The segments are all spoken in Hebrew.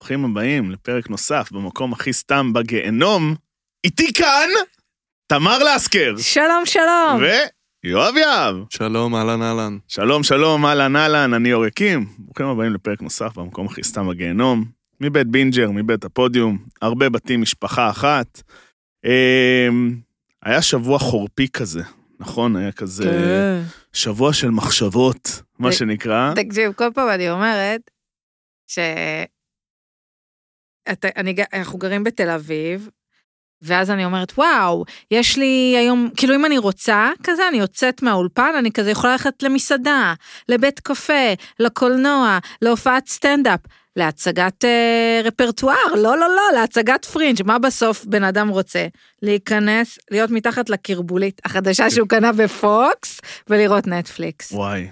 ברוכים הבאים לפרק נוסף במקום הכי סתם בגיהנום. איתי כאן, תמר לסקר. שלום, שלום. ויואב יהב. שלום, אהלן, אהלן. שלום, שלום, אהלן, אהלן, אני אור יקים. ברוכים הבאים לפרק נוסף במקום הכי סתם בגיהנום. מבית בינג'ר, מבית הפודיום, הרבה בתים, משפחה אחת. אמ, היה שבוע חורפי כזה, נכון? היה כזה כן. שבוע של מחשבות, מה ו- שנקרא. תקשיב, כל פעם אני אומרת ש... אתה, אני, ג- אנחנו גרים בתל אביב, ואז אני אומרת, וואו, יש לי היום, כאילו אם אני רוצה כזה, אני יוצאת מהאולפן, אני כזה יכולה ללכת למסעדה, לבית קפה, לקולנוע, להופעת סטנדאפ, להצגת אה, רפרטואר, לא, לא, לא, להצגת פרינג', מה בסוף בן אדם רוצה? להיכנס, להיות מתחת לקרבולית החדשה שהוא קנה בפוקס, ולראות נטפליקס. וואי.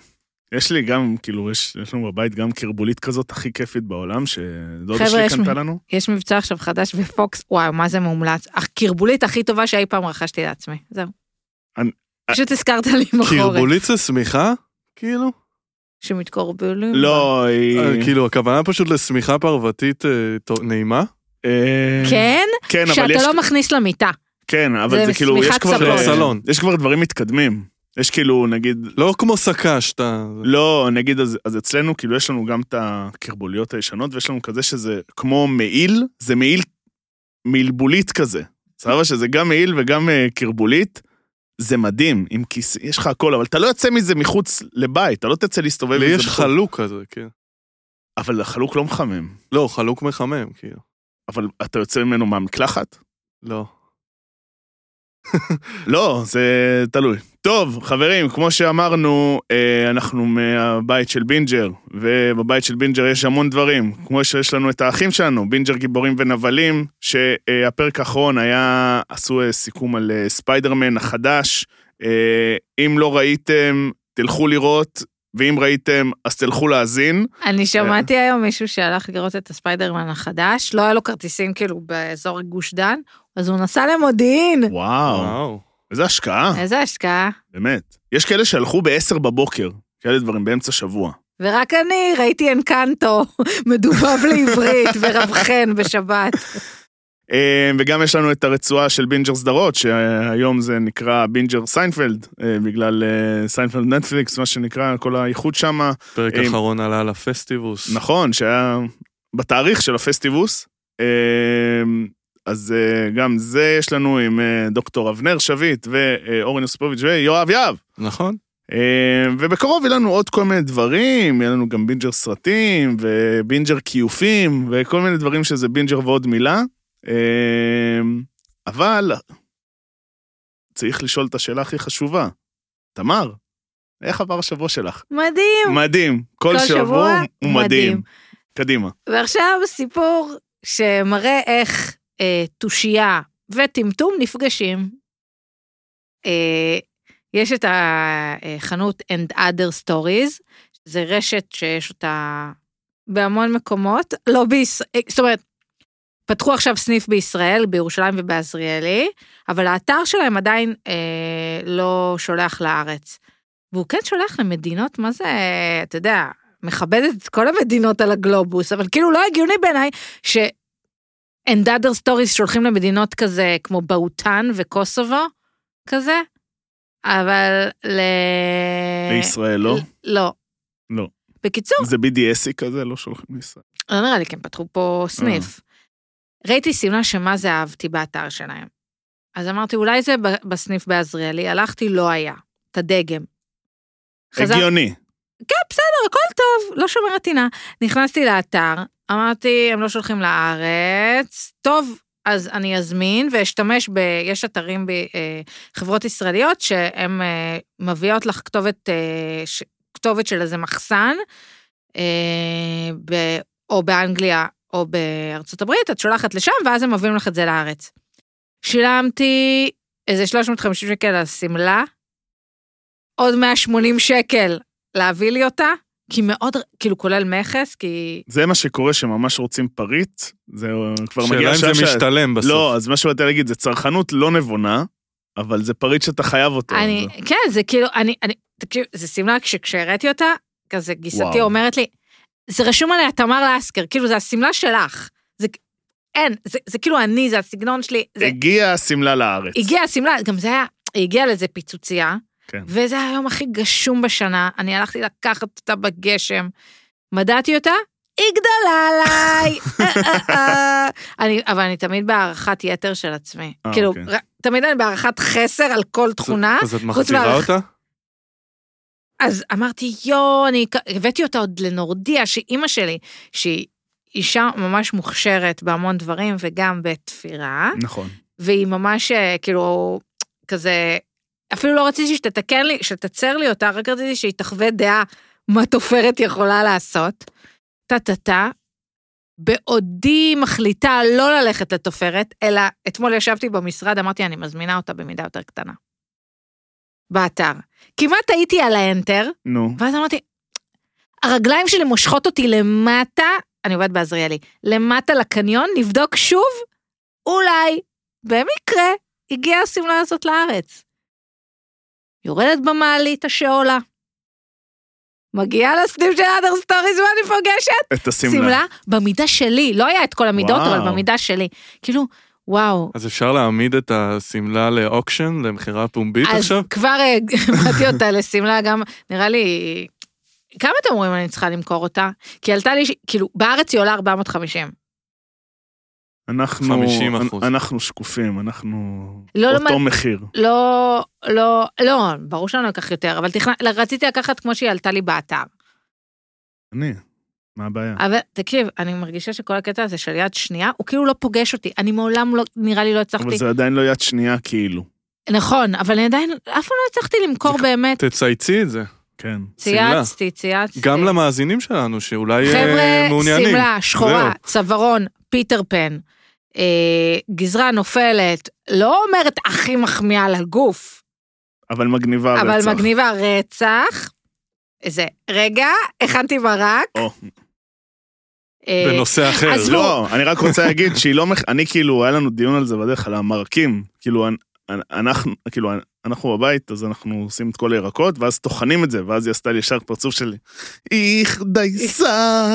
יש לי גם, כאילו, יש, יש לנו בבית גם קרבולית כזאת הכי כיפית בעולם, שדודה חבר'ה, שלי יש קנתה מ- לנו. יש מבצע עכשיו חדש בפוקס, וואו, מה זה מומלץ. הקרבולית הכי טובה שאי פעם רכשתי לעצמי, זהו. אני- פשוט הזכרת לי מחורף. קרבולית זה שמיכה? כאילו? שמתקורבולים. לא, היא... אה, כאילו, הכוונה פשוט לשמיכה פרוותית אה, טוב- נעימה? אה, כן? כן, אבל יש... שאתה לא מכניס למיטה. כן, זה אבל זה כאילו, שמיכת יש כבר... סלון. אה, סלון. יש כבר דברים מתקדמים. יש כאילו, נגיד... לא כמו שקה שאתה... לא, נגיד, אז, אז אצלנו, כאילו, יש לנו גם את הקרבוליות הישנות, ויש לנו כזה שזה כמו מעיל, זה מעיל מלבולית כזה. סבבה? שזה גם מעיל וגם אה, קרבולית. זה מדהים, עם כיס, יש לך הכל, אבל אתה לא יוצא מזה מחוץ לבית, אתה לא תצא להסתובב עם לי זה. יש בחוץ. חלוק כזה, כן. אבל החלוק לא מחמם. לא, חלוק מחמם, כאילו. אבל אתה יוצא ממנו מהמקלחת? לא. לא, זה תלוי. טוב, חברים, כמו שאמרנו, אה, אנחנו מהבית של בינג'ר, ובבית של בינג'ר יש המון דברים. כמו שיש לנו את האחים שלנו, בינג'ר גיבורים ונבלים, שהפרק האחרון היה, עשו אה, סיכום על אה, ספיידרמן החדש. אה, אם לא ראיתם, תלכו לראות, ואם ראיתם, אז תלכו להאזין. אני שמעתי אה. היום מישהו שהלך לראות את הספיידרמן החדש, לא היה לו כרטיסים כאילו באזור גוש דן, אז הוא נסע למודיעין. וואו, וואו. איזה השקעה, איזה השקעה. באמת. יש כאלה שהלכו ב-10 בבוקר, כאלה דברים באמצע שבוע. ורק אני ראיתי אנקנטו מדובב לעברית ורב חן בשבת. אה, וגם יש לנו את הרצועה של בינג'ר סדרות, שהיום זה נקרא בינג'ר סיינפלד, אה, בגלל אה, סיינפלד נטפליקס, מה שנקרא, כל האיחוד שמה. פרק אם- אחרון עלה על הפסטיבוס. נכון, שהיה בתאריך של הפסטיבוס. אה, אז אה, גם זה יש לנו עם אה, דוקטור אבנר שביט ואורן יוספוביץ' ויואב יהב. נכון. אה, ובקרוב יהיה לנו עוד כל מיני דברים, יהיה לנו גם בינג'ר סרטים, ובינג'ר כיופים, וכל מיני דברים שזה בינג'ר ועוד מילה. אה, אבל צריך לשאול את השאלה הכי חשובה. תמר, איך עבר השבוע שלך? מדהים. מדהים. כל, כל שבוע, שבוע הוא מדהים. מדהים. קדימה. ועכשיו סיפור שמראה איך אה, תושייה וטמטום נפגשים. אה, יש את החנות And Other Stories, זה רשת שיש אותה בהמון מקומות, לא בישראל, זאת אומרת, פתחו עכשיו סניף בישראל, בירושלים ובעזריאלי, אבל האתר שלהם עדיין אה, לא שולח לארץ. והוא כן שולח למדינות, מה זה, אתה יודע, מכבדת את כל המדינות על הגלובוס, אבל כאילו לא הגיוני בעיניי ש... And other stories שולחים למדינות כזה, כמו באוטן וקוסובו, כזה, אבל ל... לישראל לא? אה, לא. לא. בקיצור, זה BDSי כזה, לא שולחים לישראל. לא נראה לי כי הם פתחו פה אה. סניף. ראיתי שמלה שמה זה אהבתי באתר שלהם. אז אמרתי, אולי זה ב- בסניף בעזריאלי, הלכתי, לא היה. את הדגם. חזר- הגיוני. כן, בסדר, הכל טוב, לא שומרת טינה. נכנסתי לאתר, אמרתי, הם לא שולחים לארץ, טוב, אז אני אזמין ואשתמש ב... יש אתרים בחברות ישראליות שהן אה, מביאות לך כתובת, אה, ש- כתובת של איזה מחסן, אה, ב... או באנגליה או בארצות הברית, את שולחת לשם ואז הם מביאים לך את זה לארץ. שילמתי איזה 350 שקל על שמלה, עוד 180 שקל להביא לי אותה, כי מאוד, כאילו כולל מכס, כי... זה מה שקורה שממש רוצים פריט, זה כבר מגיע שאלה אם זה משתלם בסוף. לא, אז מה שבאתי להגיד, זה צרכנות לא נבונה, אבל זה פריט שאתה חייב אותו. אני, זה- כאילו, כן, זה כאילו, אני, אני, תקשיב, זה שמלה שכשהראיתי אותה, כזה גיסתי וואו. אומרת לי, זה רשום עליה תמר לסקר, כאילו זה השמלה שלך. זה, אין, זה, זה כאילו אני, זה הסגנון שלי. זה, הגיעה השמלה לארץ. הגיעה השמלה, גם זה היה, היא הגיעה לזה פיצוצייה, כן. וזה היה היום הכי גשום בשנה, אני הלכתי לקחת אותה בגשם, מדדתי אותה, היא גדלה עליי. אה, אה, אה. אני, אבל אני תמיד בהערכת יתר של עצמי. אה, כאילו, אוקיי. ר- תמיד אני בהערכת חסר על כל תכונה, אז את מהערך- מחזירה אותה? אז אמרתי, יואו, אני אק- הבאתי אותה עוד לנורדיה, שאימא שלי, שהיא אישה ממש מוכשרת בהמון דברים וגם בתפירה, נכון. והיא ממש אה, כאילו, כזה, אפילו לא רציתי שתתקן לי, שתצר לי אותה, רק רציתי שהיא תחווה דעה מה תופרת יכולה לעשות. טה-טה-טה. בעודי מחליטה לא ללכת לתופרת, אלא אתמול ישבתי במשרד, אמרתי, אני מזמינה אותה במידה יותר קטנה. באתר. כמעט הייתי על האנטר, נו. ואז אמרתי, הרגליים שלי מושכות אותי למטה, אני עובדת בעזריאלי, למטה לקניון, נבדוק שוב, אולי, במקרה, הגיעה השמלה הזאת לארץ. יורדת במעלית השאולה. מגיעה לסניף של אדר סטוריז ואני פוגשת את השמלה. שמלה במידה שלי, לא היה את כל המידות, וואו. אבל במידה שלי. כאילו, וואו. אז אפשר להעמיד את השמלה לאוקשן, למכירה פומבית אז עכשיו? כבר אה, הבאתי אותה לשמלה גם, נראה לי... כמה אתם אומרים אני צריכה למכור אותה? כי עלתה לי, ש- כאילו, בארץ היא עולה 450. אנחנו... 50%. אנחנו שקופים, אנחנו... לא, לא, אותו מחיר. לא, לא, לא, ברור שאני לא אקח יותר, אבל תכנ... רציתי לקחת כמו שהיא עלתה לי באתר. אני. מה הבעיה? אבל תקשיב, אני מרגישה שכל הקטע הזה של יד שנייה, הוא כאילו לא פוגש אותי. אני מעולם לא, נראה לי לא הצלחתי... אבל זה עדיין לא יד שנייה כאילו. נכון, אבל אני עדיין, אף פעם לא הצלחתי למכור זה- באמת. תצייצי את זה. כן. שמלה. צייצתי, צייצתי. גם למאזינים שלנו, שאולי אה, אה. חבר'ה, מעוניינים. שמלה, שחורה, צווארון, פיטר פן, אה, גזרה נופלת, לא אומרת הכי מחמיאה לגוף, אבל מגניבה אבל רצח. מגניבה רצח. זה, רגע, הכנתי ברק. או. אה, בנושא אחר. אז- עזבו. לא, אני רק רוצה להגיד שהיא לא... מח- אני כאילו, היה לנו דיון על זה בדרך, על המרקים. כאילו, אנ- אנ- אנחנו, כאילו, אנ- אנחנו בבית, אז אנחנו עושים את כל הירקות, ואז טוחנים את זה, ואז היא עשתה לי ישר פרצוף שלי, איך דייסה.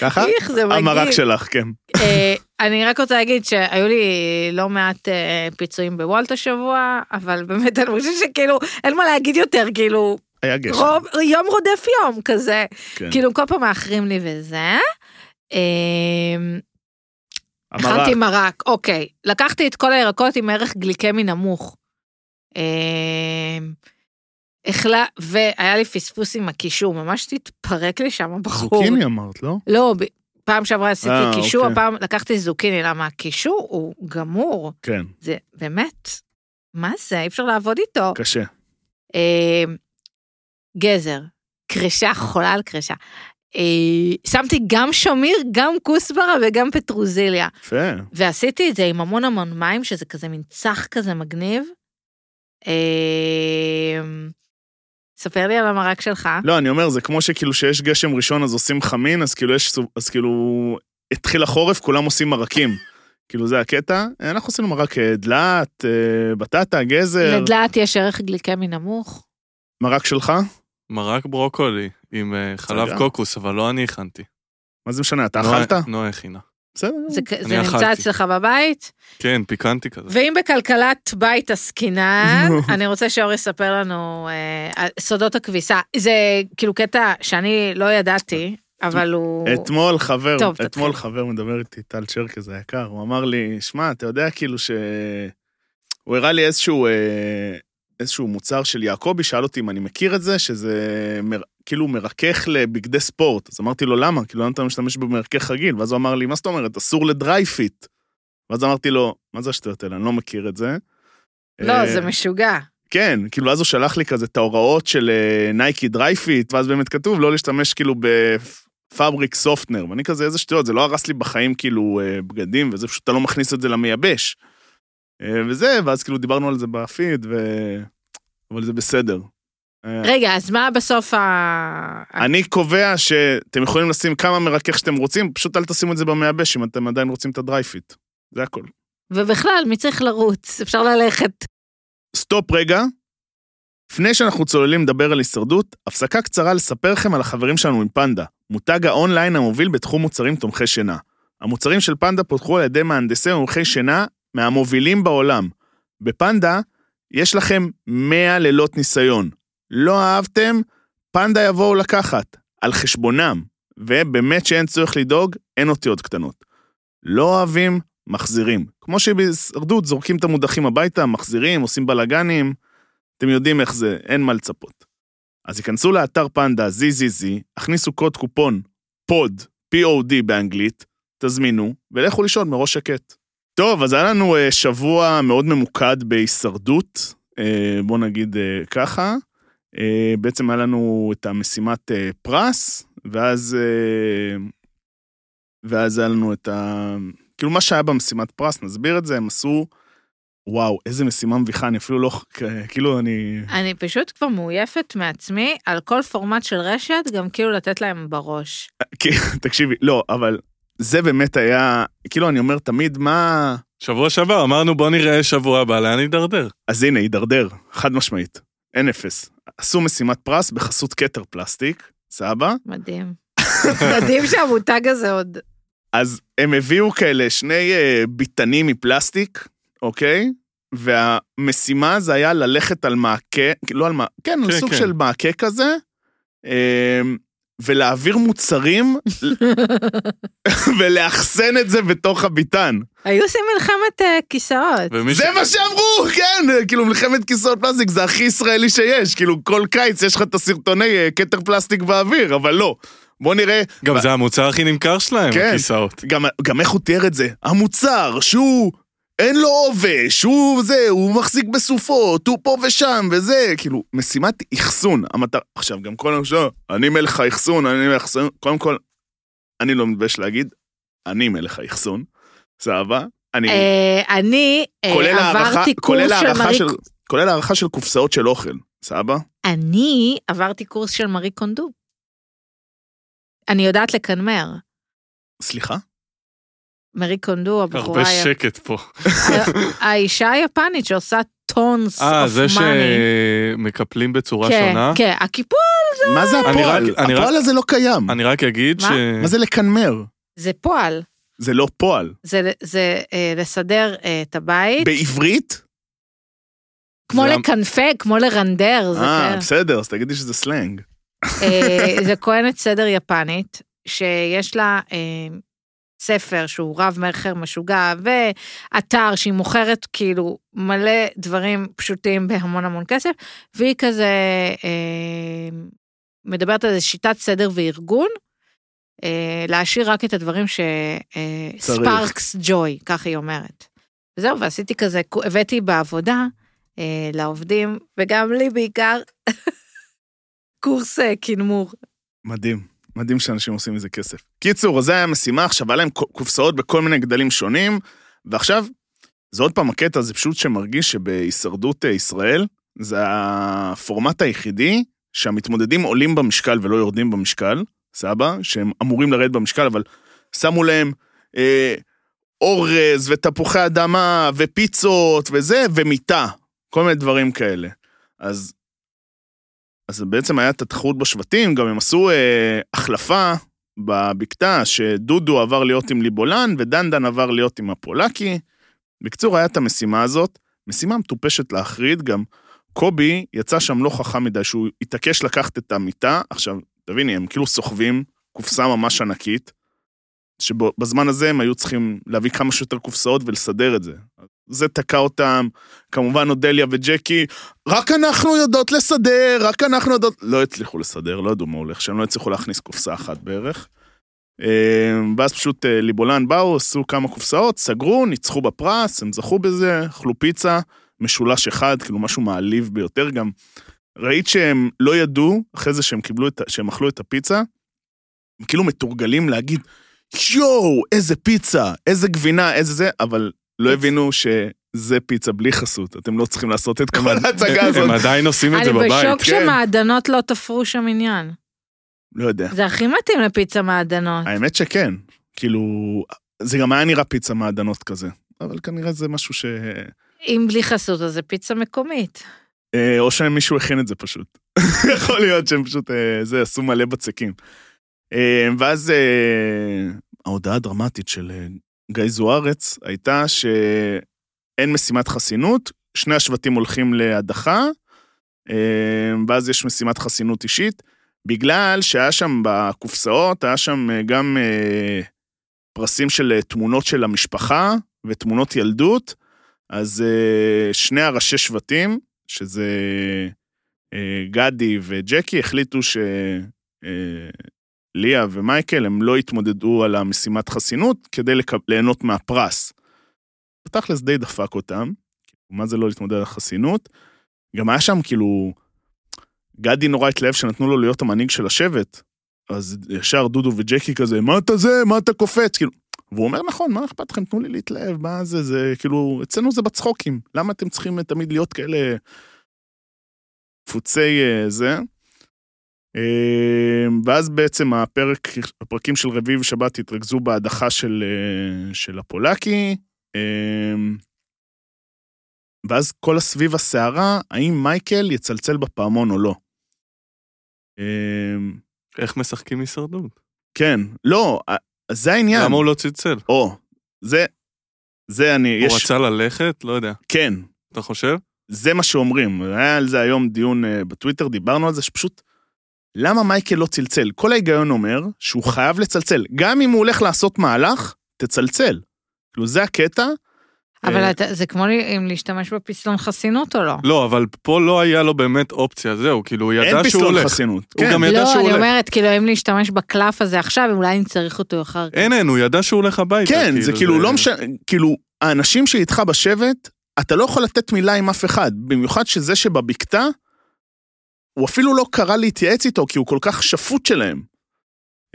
ככה? איך זה המרק מגניב. שלך, כן. אה, אני רק רוצה להגיד שהיו לי לא מעט אה, פיצויים בוולט השבוע, אבל באמת אני חושבת שכאילו אין מה להגיד יותר, כאילו היה גשם. רוב, יום רודף יום כזה. כן. כאילו כל פעם מאחרים לי וזה. אמ, המרק. הכנתי מרק, אוקיי. לקחתי את כל הירקות עם ערך גליקמי נמוך. אמ, החלה, והיה לי פספוס עם הקישור, ממש תתפרק לי שם הבחור. זוקיני אמרת, לא? לא, ב- פעם שעברה עשיתי אה, קישור, אוקיי. הפעם לקחתי זוקיני, למה הקישור הוא גמור. כן, זה באמת, מה זה? אי אפשר לעבוד איתו. כן, קשה. אה, גזר, קרשה, חולה על קרשה. אה, שמתי גם שמיר, גם כוסברה וגם פטרוזיליה. יפה. ועשיתי את זה עם המון המון מים, שזה כזה מין צח כזה מגניב. אה, ספר לי על המרק שלך. לא, אני אומר, זה כמו שכאילו שיש גשם ראשון אז עושים חמין, אז כאילו יש, סו- אז כאילו התחיל החורף, כולם עושים מרקים. כאילו זה הקטע. אנחנו עשינו מרק אה, דלעת, אה, בטטה, גזר. לדלעת יש ערך גליקמי נמוך. מרק שלך? מרק ברוקולי עם אה, חלב רגע. קוקוס, אבל לא אני הכנתי. מה זה משנה, אתה נועה- אכלת? נועה הכינה. בסדר. זה, כ- זה נמצא אכלתי. אצלך בבית? כן, פיקנטי כזה. ואם בכלכלת בית עסקינן, נו. אני רוצה שאור יספר לנו אה, על סודות הכביסה. זה כאילו קטע שאני לא ידעתי, אבל הוא... אתמול חבר, טוב, אתמול תתחיל. חבר מדבר איתי, טל צ'רקז היקר, הוא אמר לי, שמע, אתה יודע כאילו ש... הוא הראה לי איזשהו, אה, איזשהו מוצר של יעקבי, שאל אותי אם אני מכיר את זה, שזה מר... כאילו מרכך לבגדי ספורט. אז אמרתי לו, למה? כאילו, למה אתה משתמש במרכך רגיל? ואז הוא אמר לי, מה זאת אומרת? אסור לדרייפיט. ואז אמרתי לו, מה זה השטויות האלה? אני לא מכיר את זה. לא, אה, זה משוגע. כן, כאילו אז הוא שלח לי כזה את ההוראות של אה, נייקי דרייפיט, ואז באמת כתוב לא להשתמש כאילו בפאבריק סופטנר, ואני כזה איזה שטויות, זה לא הרס לי בחיים כאילו אה, בגדים, וזה פשוט אתה לא מכניס את זה למייבש. אה, וזה, ואז כאילו דיברנו על זה בפיד, ו... אבל זה בסדר. אה, רגע, אז מה בסוף ה... אני קובע שאתם יכולים לשים כמה מרכך שאתם רוצים, פשוט אל תשימו את זה במייבש אם אתם עדיין רוצים את הדרייפיט. זה הכל. ובכלל, מי צריך לרוץ? אפשר ללכת. סטופ רגע. לפני שאנחנו צוללים לדבר על הישרדות, הפסקה קצרה לספר לכם על החברים שלנו עם פנדה. מותג האונליין המוביל בתחום מוצרים תומכי שינה. המוצרים של פנדה פותחו על ידי מהנדסי מומחי שינה מהמובילים בעולם. בפנדה יש לכם 100 לילות ניסיון. לא אהבתם? פנדה יבואו לקחת, על חשבונם. ובאמת שאין צורך לדאוג, אין אותיות קטנות. לא אוהבים, מחזירים. כמו שבהישרדות זורקים את המודחים הביתה, מחזירים, עושים בלאגנים. אתם יודעים איך זה, אין מה לצפות. אז היכנסו לאתר פנדה ZZZ, הכניסו קוד קופון POD, POD באנגלית, תזמינו, ולכו לישון מראש שקט. טוב, אז היה לנו אה, שבוע מאוד ממוקד בהישרדות, אה, בוא נגיד אה, ככה. אה, בעצם היה לנו את המשימת אה, פרס, ואז, אה, ואז היה לנו את ה... כאילו, מה שהיה במשימת פרס, נסביר את זה, הם עשו... וואו, איזה משימה מביכה, אני אפילו לא... כאילו, אני... אני פשוט כבר מעויפת מעצמי על כל פורמט של רשת, גם כאילו לתת להם בראש. תקשיבי, לא, אבל זה באמת היה, כאילו, אני אומר תמיד, מה... שבוע שעבר אמרנו בוא נראה שבוע הבא לאן נידרדר. אז הנה, הידרדר, חד משמעית, אין אפס. עשו משימת פרס בחסות כתר פלסטיק, סבבה? מדהים. מדהים שהמותג הזה עוד... אז הם הביאו כאלה שני אה, ביטנים מפלסטיק, אוקיי? והמשימה זה היה ללכת על מעקה, לא על מעקה, כן, על כן, סוג כן. של מעקה כזה, אה, ולהעביר מוצרים ולאחסן את זה בתוך הביטן. היו עושים מלחמת אה, כיסאות. ומי זה מה שאמרו, כן, כאילו מלחמת כיסאות פלסטיק זה הכי ישראלי שיש, כאילו כל קיץ יש לך את הסרטוני אה, כתר פלסטיק באוויר, אבל לא. בוא נראה, גם זה המוצר הכי נמכר שלהם, כן. הכיסאות. גם, גם איך הוא תיאר את זה, המוצר שהוא, אין לו עובש, הוא זה, הוא מחזיק בסופות, הוא פה ושם וזה, כאילו, משימת אחסון, המטרה, עכשיו גם כל השאלה, אני מלך האחסון, אני מלך האחסון, קודם כל, אני לא מתבייש להגיד, אני מלך האחסון, סבבה? אני... אה, אני אה, כולל הערכה, עברתי קורס כולל של הערכה מארי... של, כולל הערכה של קופסאות של אוכל, סבבה? אני עברתי קורס של מארי קונדו. אני יודעת לקנמר. סליחה? מארי קונדו, הבחורה... הרבה היפ- שקט פה. האישה היפנית שעושה טונס אוף מאני. אה, זה שמקפלים בצורה כן, שונה? כן, הקיפול מה זה אני הפועל? רק- אני הפועל הזה לא קיים. אני רק אגיד ש... כן. מה? מה זה לקנמר? זה פועל. זה לא פועל. זה, זה אה, לסדר אה, את הבית, בעברית? כמו זה- לקנפג, כמו לרנדר, זה אה, כאלה. בסדר, אז תגידי שזה סלנג. אה, זה כהנת סדר יפנית, שיש לה אה, ספר שהוא רב מכר משוגע, ואתר שהיא מוכרת כאילו מלא דברים פשוטים בהמון המון כסף, והיא כזה אה, מדברת על איזה שיטת סדר וארגון. אה, להשאיר רק את הדברים ש... אה, צריך. ספארקס ג'וי, כך היא אומרת. וזהו, ועשיתי כזה, הבאתי בעבודה אה, לעובדים, וגם לי בעיקר, קורס אה, קינמור. מדהים. מדהים שאנשים עושים מזה כסף. קיצור, אז זה היה המשימה, עכשיו היה להם ק- קופסאות בכל מיני גדלים שונים, ועכשיו, זה עוד פעם הקטע, זה פשוט שמרגיש שבהישרדות אה, ישראל, זה הפורמט היחידי שהמתמודדים עולים במשקל ולא יורדים במשקל, סבא, שהם אמורים לרדת במשקל, אבל שמו להם אה, אורז ותפוחי אדמה ופיצות וזה, ומיטה, כל מיני דברים כאלה. אז, אז בעצם היה את התחרות בשבטים, גם הם עשו אה, החלפה בבקתה, שדודו עבר להיות עם ליבולן ודנדן עבר להיות עם הפולקי. בקיצור, היה את המשימה הזאת, משימה מטופשת להחריד, גם קובי יצא שם לא חכם מדי, שהוא התעקש לקחת את המיטה, עכשיו, תביני, הם כאילו סוחבים קופסה ממש ענקית, שבזמן הזה הם היו צריכים להביא כמה שיותר קופסאות ולסדר את זה. זה תקע אותם, כמובן אודליה וג'קי, רק אנחנו יודעות לסדר, רק אנחנו יודעות... לא הצליחו לסדר, לא ידעו מה הולך שם, לא הצליחו להכניס קופסה אחת בערך. אה, ואז פשוט אה, ליבולן באו, עשו כמה קופסאות, סגרו, ניצחו בפרס, הם זכו בזה, אכלו פיצה, משולש אחד, כאילו משהו מעליב ביותר גם. ראית שהם לא ידעו, אחרי זה שהם קיבלו את, ה- שהם אכלו את הפיצה, הם כאילו מתורגלים להגיד, יואו, איזה פיצה, איזה גבינה, איזה זה, אבל לא הבינו שזה פיצה בלי חסות, אתם לא צריכים לעשות את כל ההצגה הזאת. הם עדיין עושים את אני זה בשוק בבית. כן. שמעדנות לא תפרו שם עניין. לא יודע. זה הכי מתאים לפיצה מעדנות. האמת שכן. כאילו, זה גם היה נראה פיצה מעדנות כזה. אבל כנראה זה משהו ש... אם בלי חסות, אז זה פיצה מקומית. אה, או שמישהו הכין את זה פשוט. יכול להיות שהם פשוט, אה, זה, עשו מלא בצקים. אה, ואז אה, ההודעה הדרמטית של אה, גיא זוארץ הייתה שאין משימת חסינות, שני השבטים הולכים להדחה, אה, ואז יש משימת חסינות אישית, בגלל שהיה שם בקופסאות, היה שם אה, גם אה, פרסים של אה, תמונות של המשפחה ותמונות ילדות, אז אה, שני הראשי שבטים, שזה אה, גדי וג'קי, החליטו ש... אה, ליה ומייקל, הם לא התמודדו על המשימת חסינות כדי לק... ליהנות מהפרס. בתכלס די דפק אותם, מה זה לא להתמודד על חסינות? גם היה שם כאילו, גדי נורא התלהב שנתנו לו להיות המנהיג של השבט, אז ישר דודו וג'קי כזה, מה אתה זה? מה אתה קופץ? כאילו, והוא אומר, נכון, מה אכפת לכם? תנו לי להתלהב, מה זה? זה כאילו, אצלנו זה בצחוקים, למה אתם צריכים תמיד להיות כאלה קפוצי אה, זה? אה, ואז בעצם הפרק, הפרקים של רביעי ושבת התרכזו בהדחה של, אה, של הפולקי, אה, ואז כל הסביב הסערה, האם מייקל יצלצל בפעמון או לא. אה, איך משחקים הישרדות? כן, לא, אה, זה העניין. למה הוא לא צלצל? או, זה, זה אני, הוא יש, רצה ללכת? לא יודע. כן, אתה חושב? זה מה שאומרים. היה על זה היום דיון אה, בטוויטר, דיברנו על זה, שפשוט, למה מייקל לא צלצל? כל ההיגיון אומר שהוא חייב לצלצל. גם אם הוא הולך לעשות מהלך, תצלצל. כאילו, זה הקטע. אבל אה, אתה- זה כמו לי- אם להשתמש בפסלון חסינות או לא. לא, אבל פה לא היה לו באמת אופציה, זהו, כאילו, הוא אין ידע שהוא פסלון הולך. חסינות. הוא כן, גם ידע לא, שהוא אני הולך. אומרת, כאילו, אם להשתמש בקלף הזה עכשיו, אולי אני צריך אותו אחר כך. אין, אין, הוא ידע שהוא הולך הביתה. כן, זה כאילו לא משנה, כאילו, האנשים שאיתך בשבט, אתה לא יכול לתת מילה עם אף אחד, במיוחד שזה שבבקתה, הוא אפילו לא קרא להתייעץ איתו, כי הוא כל כך שפוט שלהם.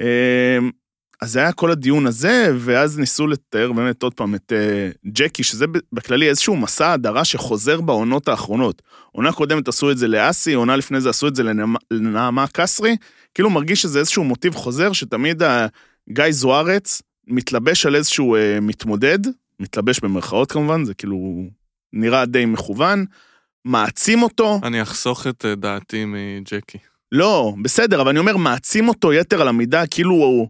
אמ, אז זה היה כל הדיון הזה, ואז ניסו לתאר באמת עוד פעם את אה, ג'קי, שזה ב- בכללי איזשהו מסע הדרה שחוזר בעונות האחרונות. עונה קודמת עשו את זה לאסי, עונה לפני זה עשו את זה לנעמה- לנעמה קסרי, כאילו מרגיש שזה איזשהו מוטיב חוזר, שתמיד ה- גיא זוארץ מתלבש על איזשהו אה, מתמודד, מתלבש במרכאות כמובן, זה כאילו נראה די מכוון, מעצים אותו, אני אחסוך את אה, דעתי מג'קי. לא, בסדר, אבל אני אומר, מעצים אותו יתר על המידה, כאילו הוא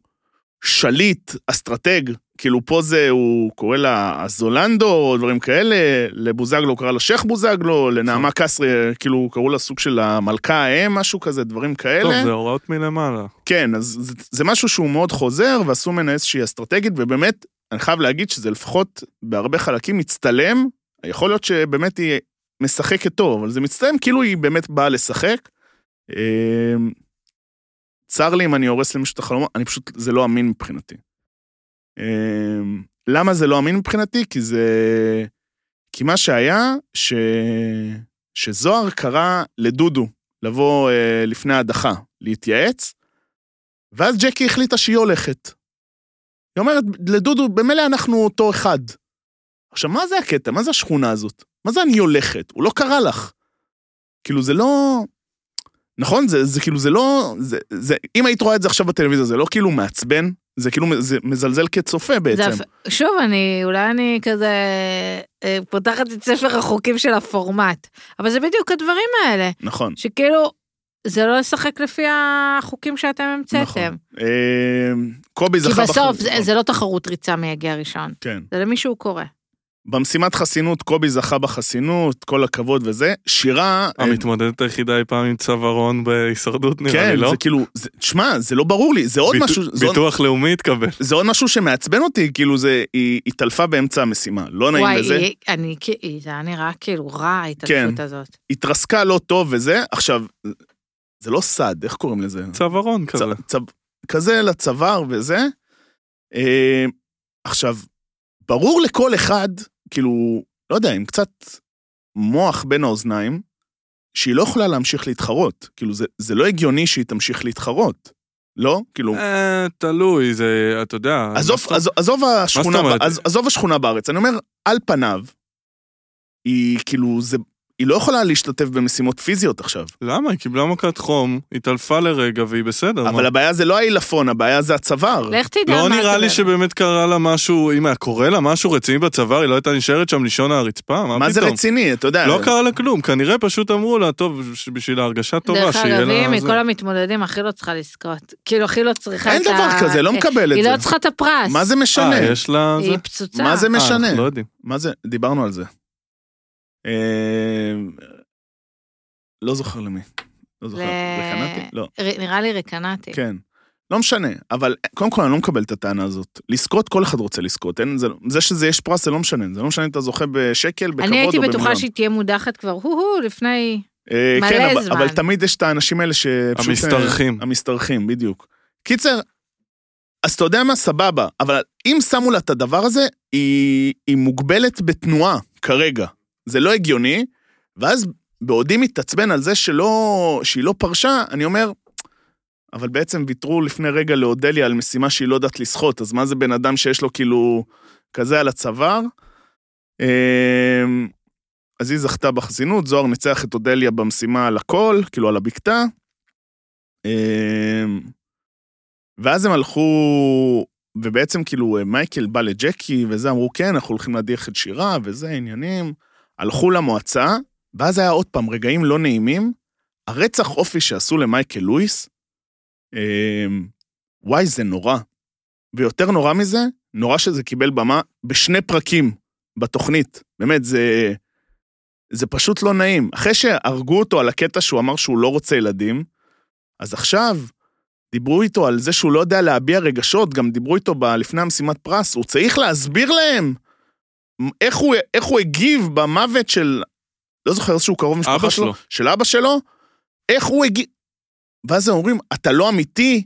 שליט, אסטרטג, כאילו פה זה, הוא קורא לה אזולנדו, או דברים כאלה, לבוזגלו הוא קרא לה שייח' בוזגלו, נכון. לנעמה קסרי, כאילו קראו לה סוג של המלכה האם, משהו כזה, דברים כאלה. טוב, זה הוראות מלמעלה. כן, אז זה, זה משהו שהוא מאוד חוזר, ועשו ממנה איזושהי אסטרטגית, ובאמת, אני חייב להגיד שזה לפחות בהרבה חלקים מצטלם, יכול להיות שבאמת היא משחקת טוב, אבל זה מצטלם כאילו היא באמת באה לשחק. אמ, צר לי אם אני הורס למישהו את החלומות, אני פשוט, זה לא אמין מבחינתי. אמ, למה זה לא אמין מבחינתי? כי זה... כי מה שהיה, ש... שזוהר קרא לדודו לבוא אה, לפני ההדחה, להתייעץ, ואז ג'קי החליטה שהיא הולכת. היא אומרת, לדודו, במילא אנחנו אותו אחד. עכשיו, מה זה הקטע? מה זה השכונה הזאת? מה זה אני הולכת? הוא לא קרא לך. כאילו, זה לא... נכון? זה, זה כאילו, זה לא... זה, זה, אם היית רואה את זה עכשיו בטלוויזיה, זה לא כאילו מעצבן? זה כאילו זה מזלזל כצופה בעצם. זה אפ- שוב, אני, אולי אני כזה אה, פותחת את ספר החוקים של הפורמט, אבל זה בדיוק הדברים האלה, נכון. שכאילו, זה לא לשחק לפי החוקים שאתם המצאתם. נכון. אה, קובי כי זכה... בסוף בח- זה- זה לא תחרות ריצה מי יגיע ראשון, כן. זה למי שהוא קורא. במשימת חסינות, קובי זכה בחסינות, כל הכבוד וזה. שירה... אה, המתמודדת היחידה היא פעם עם צווארון בהישרדות, נראה כן, לי, לא? זה כאילו... זה- תשמע, זה לא ברור לי, זה עוד ביטו- משהו... זה עוד- ביטוח לאומי התקבל. זה עוד משהו שמעצבן אותי, כאילו זה... היא התעלפה באמצע המשימה, לא נעים וואי, לזה. היא- אני, כי- זה היה נראה כאילו רע ההתעלפות כן. הזאת. התרסקה לא טוב וזה. עכשיו, זה לא סד, איך קוראים לזה? צווארון כזה. צ- צב, כזה לצוואר וזה. אה, עכשיו, ברור לכל אחד, כאילו, לא יודע, עם קצת מוח בין האוזניים, שהיא לא יכולה להמשיך להתחרות. כאילו, זה, זה לא הגיוני שהיא תמשיך להתחרות. לא? כאילו, אה, תלוי, זה, אתה יודע. עזוב, מה זאת- עזוב, עזוב, השכונה, אומרת? בא- עז- עזוב השכונה בארץ, אני אומר, על פניו, היא כאילו, זה, היא לא יכולה להשתתף במשימות פיזיות עכשיו. למה? היא קיבלה מכת חום, התעלפה לרגע והיא בסדר. אבל מה? הבעיה זה לא העילפון, הבעיה זה הצוואר. לך תדע מה לא זה. נראה לי באמת. שבאמת קרה לה משהו, אם היה קורה לה משהו רציני בצוואר, היא לא הייתה נשארת שם לישון על הרצפה? מה, מה זה פתאום? רציני, אתה יודע. לא קרה לה כלום, כנראה פשוט אמרו לה, טוב, ש- בשביל ההרגשה טובה, דרך שיהיה לה... אגב, היא זה." מכל המתמודדים הכי לא צריכה לזכות. כאילו, הכי לא צריכה אין את ה... דבר כזה, לא מקבל את היא זה. לא צריכה את הפרס. מה זה משנה? אה, יש לה... זה? היא פצוצה. מה זה אה, משנה? אנחנו לא יודעים. מה זה? דיברנו על זה. אה, לא זוכר למי. לא זוכר. ל- אה. לקנאתי? לא. ר- נראה לי רקנטי. כן. לא משנה, אבל קודם כל אני לא מקבל את הטענה הזאת. לזכות, כל אחד רוצה לזכות. אין, זה, זה שזה יש פרס, זה לא משנה. זה לא משנה אם אתה זוכה בשקל, בכבוד או אני במיליון. הייתי בטוחה שהיא תהיה מודחת כבר, הו-הו, לפני... אה, מלא כן, אבל, זמן. אבל תמיד יש את האנשים האלה שפשוט... אה, המשתרכים. המשתרכים, בדיוק. קיצר, אז אתה יודע מה? סבבה. אבל אם שמו לה את הדבר הזה, היא, היא מוגבלת בתנועה כרגע. זה לא הגיוני, ואז בעודי מתעצבן על זה שלא, שהיא לא פרשה, אני אומר, אבל בעצם ויתרו לפני רגע לאודליה על משימה שהיא לא יודעת לשחות, אז מה זה בן אדם שיש לו כאילו כזה על הצוואר? אמ, אז היא זכתה בחסינות, זוהר ניצח את אודליה במשימה על הכל, כאילו על הבקתה. אמ, ואז הם הלכו, ובעצם כאילו מייקל בא לג'קי וזה, אמרו כן, אנחנו הולכים להדיח את שירה וזה, עניינים. הלכו למועצה, ואז היה עוד פעם רגעים לא נעימים. הרצח אופי שעשו למייקל לואיס, אמ, וואי, זה נורא. ויותר נורא מזה, נורא שזה קיבל במה בשני פרקים בתוכנית. באמת, זה, זה פשוט לא נעים. אחרי שהרגו אותו על הקטע שהוא אמר שהוא לא רוצה ילדים, אז עכשיו דיברו איתו על זה שהוא לא יודע להביע רגשות, גם דיברו איתו ב, לפני המשימת פרס, הוא צריך להסביר להם איך הוא, איך הוא הגיב במוות של, לא זוכר איזשהו קרוב משפחה אבא שלו, שלו. של אבא שלו, איך הוא הגיב... ואז הם אומרים, אתה לא אמיתי,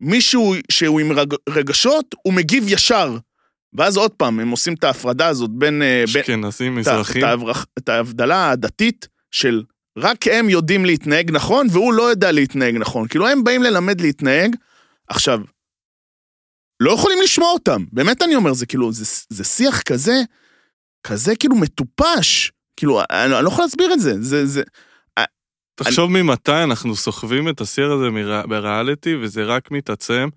מישהו שהוא עם רג, רגשות, הוא מגיב ישר. ואז עוד פעם, הם עושים את ההפרדה הזאת בין... אה, בין- אשכנזים, את ה- מזרחים. את ההברח- את ההבדלה הדתית של רק הם יודעים להתנהג נכון, והוא לא יודע להתנהג נכון. כאילו, הם באים ללמד להתנהג. עכשיו, לא יכולים לשמוע אותם. באמת אני אומר, זה כאילו, זה, זה שיח כזה, כזה כאילו מטופש. כאילו, אני, אני לא יכול להסביר את זה. זה, זה... תחשוב ממתי אנחנו סוחבים את הסיר הזה מר- בריאליטי, וזה רק מתעצם.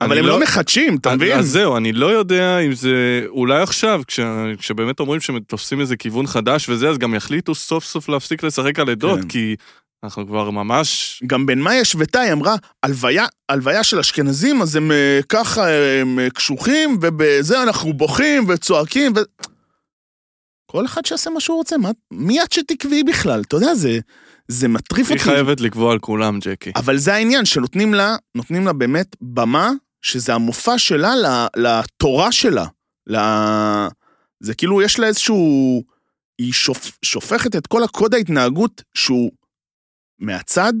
אבל אני הם לא, מחדשים, אתה אז- מבין? אז זהו, אני לא יודע אם זה... אולי עכשיו, כש... כשבאמת אומרים שהם תופסים איזה כיוון חדש וזה, אז גם יחליטו סוף סוף להפסיק לשחק על עדות, כן. כי אנחנו כבר ממש... גם בין מאיה שבתאי אמרה, הלוויה, הלוויה של אשכנזים, אז הם אה, ככה אה, הם אה, קשוחים, ובזה אנחנו בוכים וצועקים, ו... כל אחד שיעשה מה שהוא רוצה, מה, מי את שתקבעי בכלל? אתה יודע, זה, זה מטריף היא אותי. חייבת לקבוע על כולם, ג'קי. אבל זה העניין, שנותנים לה, נותנים לה באמת במה, שזה המופע שלה ל- לתורה שלה. ל... זה כאילו, יש לה איזשהו... היא שופ... שופכת את כל הקוד ההתנהגות שהוא מהצד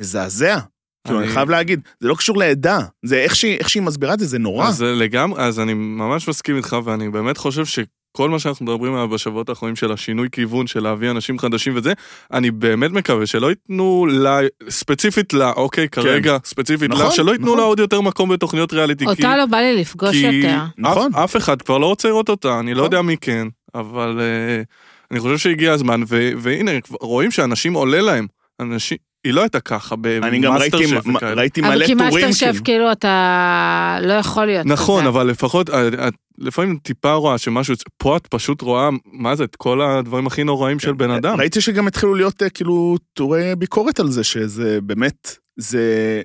מזעזע. כאילו, אני אני- חייב להגיד, זה לא קשור לעדה, זה איך שהיא, איך שהיא מסבירה את זה, זה נורא. אז זה לגמרי, אז אני ממש מסכים איתך, ואני באמת חושב שכל מה שאנחנו מדברים עליו בשבועות האחרונים של השינוי כיוון, של להביא אנשים חדשים וזה, אני באמת מקווה שלא ייתנו לה, ספציפית לה, אוקיי, כרגע, ספציפית כן. נכון, לה, שלא ייתנו נכון. לה עוד יותר מקום בתוכניות ריאליטי. כי- אותה לא אה. בא לי לפגוש כי יותר. אף- נכון. אף אחד כבר לא רוצה לראות אותה, אני לא נכון. יודע מי כן, אבל אה, אני חושב שהגיע הזמן, ו- והנה, כבר רואים שאנשים עולה להם. אנשים, היא לא הייתה ככה אני גם במאסטר ראיתי, שף מ- וכאלה. ראיתי אבל מלא כי טורים, מאסטר שף, כאילו. כאילו, אתה לא יכול להיות. נכון, כזה. אבל לפחות, אה, את לפעמים טיפה רואה שמשהו, יוצא- פה את פשוט רואה, מה זה, את כל הדברים הכי נוראים כן, של בן אדם. ראיתי שגם התחילו להיות אה, כאילו טורי ביקורת על זה, שזה באמת, זה...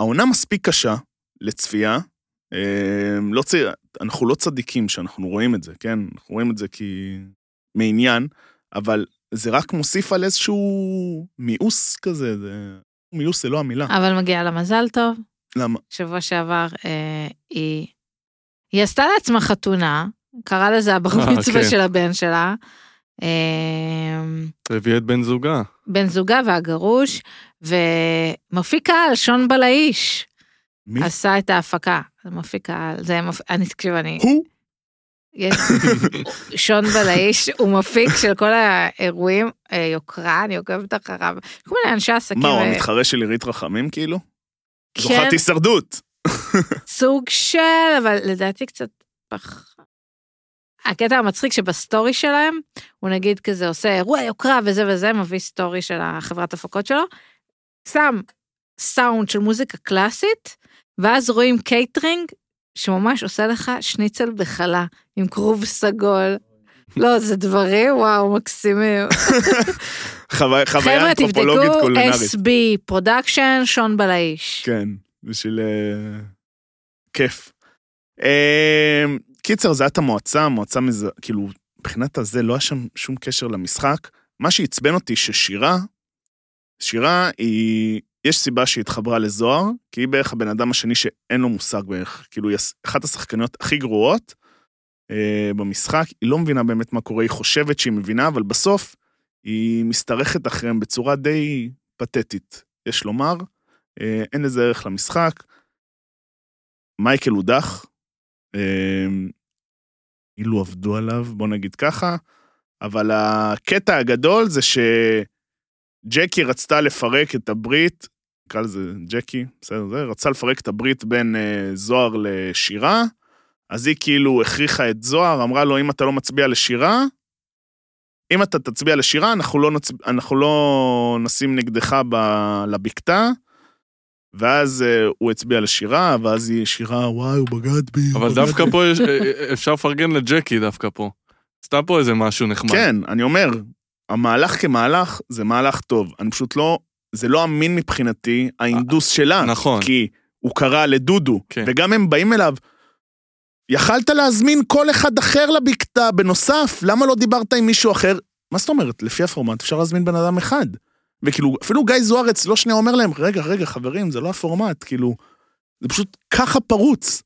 העונה מספיק קשה לצפייה. אה, לא צ... אנחנו לא צדיקים שאנחנו רואים את זה, כן? אנחנו רואים את זה כי... מעניין, אבל זה רק מוסיף על איזשהו מיאוס כזה, זה... מיאוס זה לא המילה. אבל מגיע לה מזל טוב. למה? שבוע שעבר אה, היא... היא עשתה לעצמה חתונה, קרא לזה הבר אה, מצווה אוקיי. כן. של הבן שלה. אה, הביא את בן זוגה. בן זוגה והגרוש, ומפיק העל, שון בלעיש, מי? עשה את ההפקה. זה מפיק העל, זה מפ... אני, תקשיב, אני... הוא? יש... שון בלעיש הוא מפיק של כל האירועים, אה, יוקרה, אני עוקבת אחריו. כל מיני אנשי עסקים. מה, הוא אה, המתחרה של עירית רחמים, כאילו? כן, זוכת הישרדות. סוג של, אבל לדעתי קצת פח... הקטע המצחיק שבסטורי שלהם, הוא נגיד כזה עושה אירוע יוקרה וזה וזה, מביא סטורי של החברת הפקות שלו, שם סאונד של מוזיקה קלאסית, ואז רואים קייטרינג שממש עושה לך שניצל בחלה עם כרוב סגול. לא, זה דברים, וואו, מקסימים. חו- חוויה חבר'ה, אנתרופולוגית תבדקו אה, קולינרית. SB פרודקשן, שון בלעיש. כן, בשביל אה, כיף. אה, קיצר, זה היה את המועצה, המועצה מזה, כאילו, מבחינת הזה לא היה שם שום קשר למשחק. מה שעצבן אותי ששירה, שירה היא, יש סיבה שהיא התחברה לזוהר, כי היא בערך הבן אדם השני שאין לו מושג בערך, כאילו, היא הס- אחת השחקניות הכי גרועות אה, במשחק, היא לא מבינה באמת מה קורה, היא חושבת שהיא מבינה, אבל בסוף היא משתרכת אחריהם בצורה די פתטית, יש לומר. אה, אין לזה ערך למשחק. מייקל הודח, אה, אילו עבדו עליו, בוא נגיד ככה, אבל הקטע הגדול זה שג'קי רצתה לפרק את הברית, נקרא לזה ג'קי, בסדר, זה, רצה לפרק את הברית בין אה, זוהר לשירה, אז היא כאילו הכריחה את זוהר, אמרה לו, אם אתה לא מצביע לשירה, אם אתה תצביע לשירה, אנחנו לא, נצב... אנחנו לא נשים נגדך ב... לבקתה. ואז אה, הוא הצביע לשירה, ואז היא שירה, וואי, הוא בגד בי. הוא אבל בגד דווקא בי." פה יש- אה, אפשר לפרגן לג'קי דווקא פה. עשתה פה איזה משהו נחמד. כן, אני אומר, המהלך כמהלך זה מהלך טוב. אני פשוט לא, זה לא אמין מבחינתי, ההינדוס שלה. נכון. כי הוא קרא לדודו, כן. וגם הם באים אליו. יכלת להזמין כל אחד אחר לבקתה בנוסף, למה לא דיברת עם מישהו אחר? מה זאת אומרת? לפי הפורמט אפשר להזמין בן אדם אחד. וכאילו, אפילו גיא זוארץ לא שנייה אומר להם, רגע, רגע, חברים, זה לא הפורמט, כאילו, זה פשוט ככה פרוץ.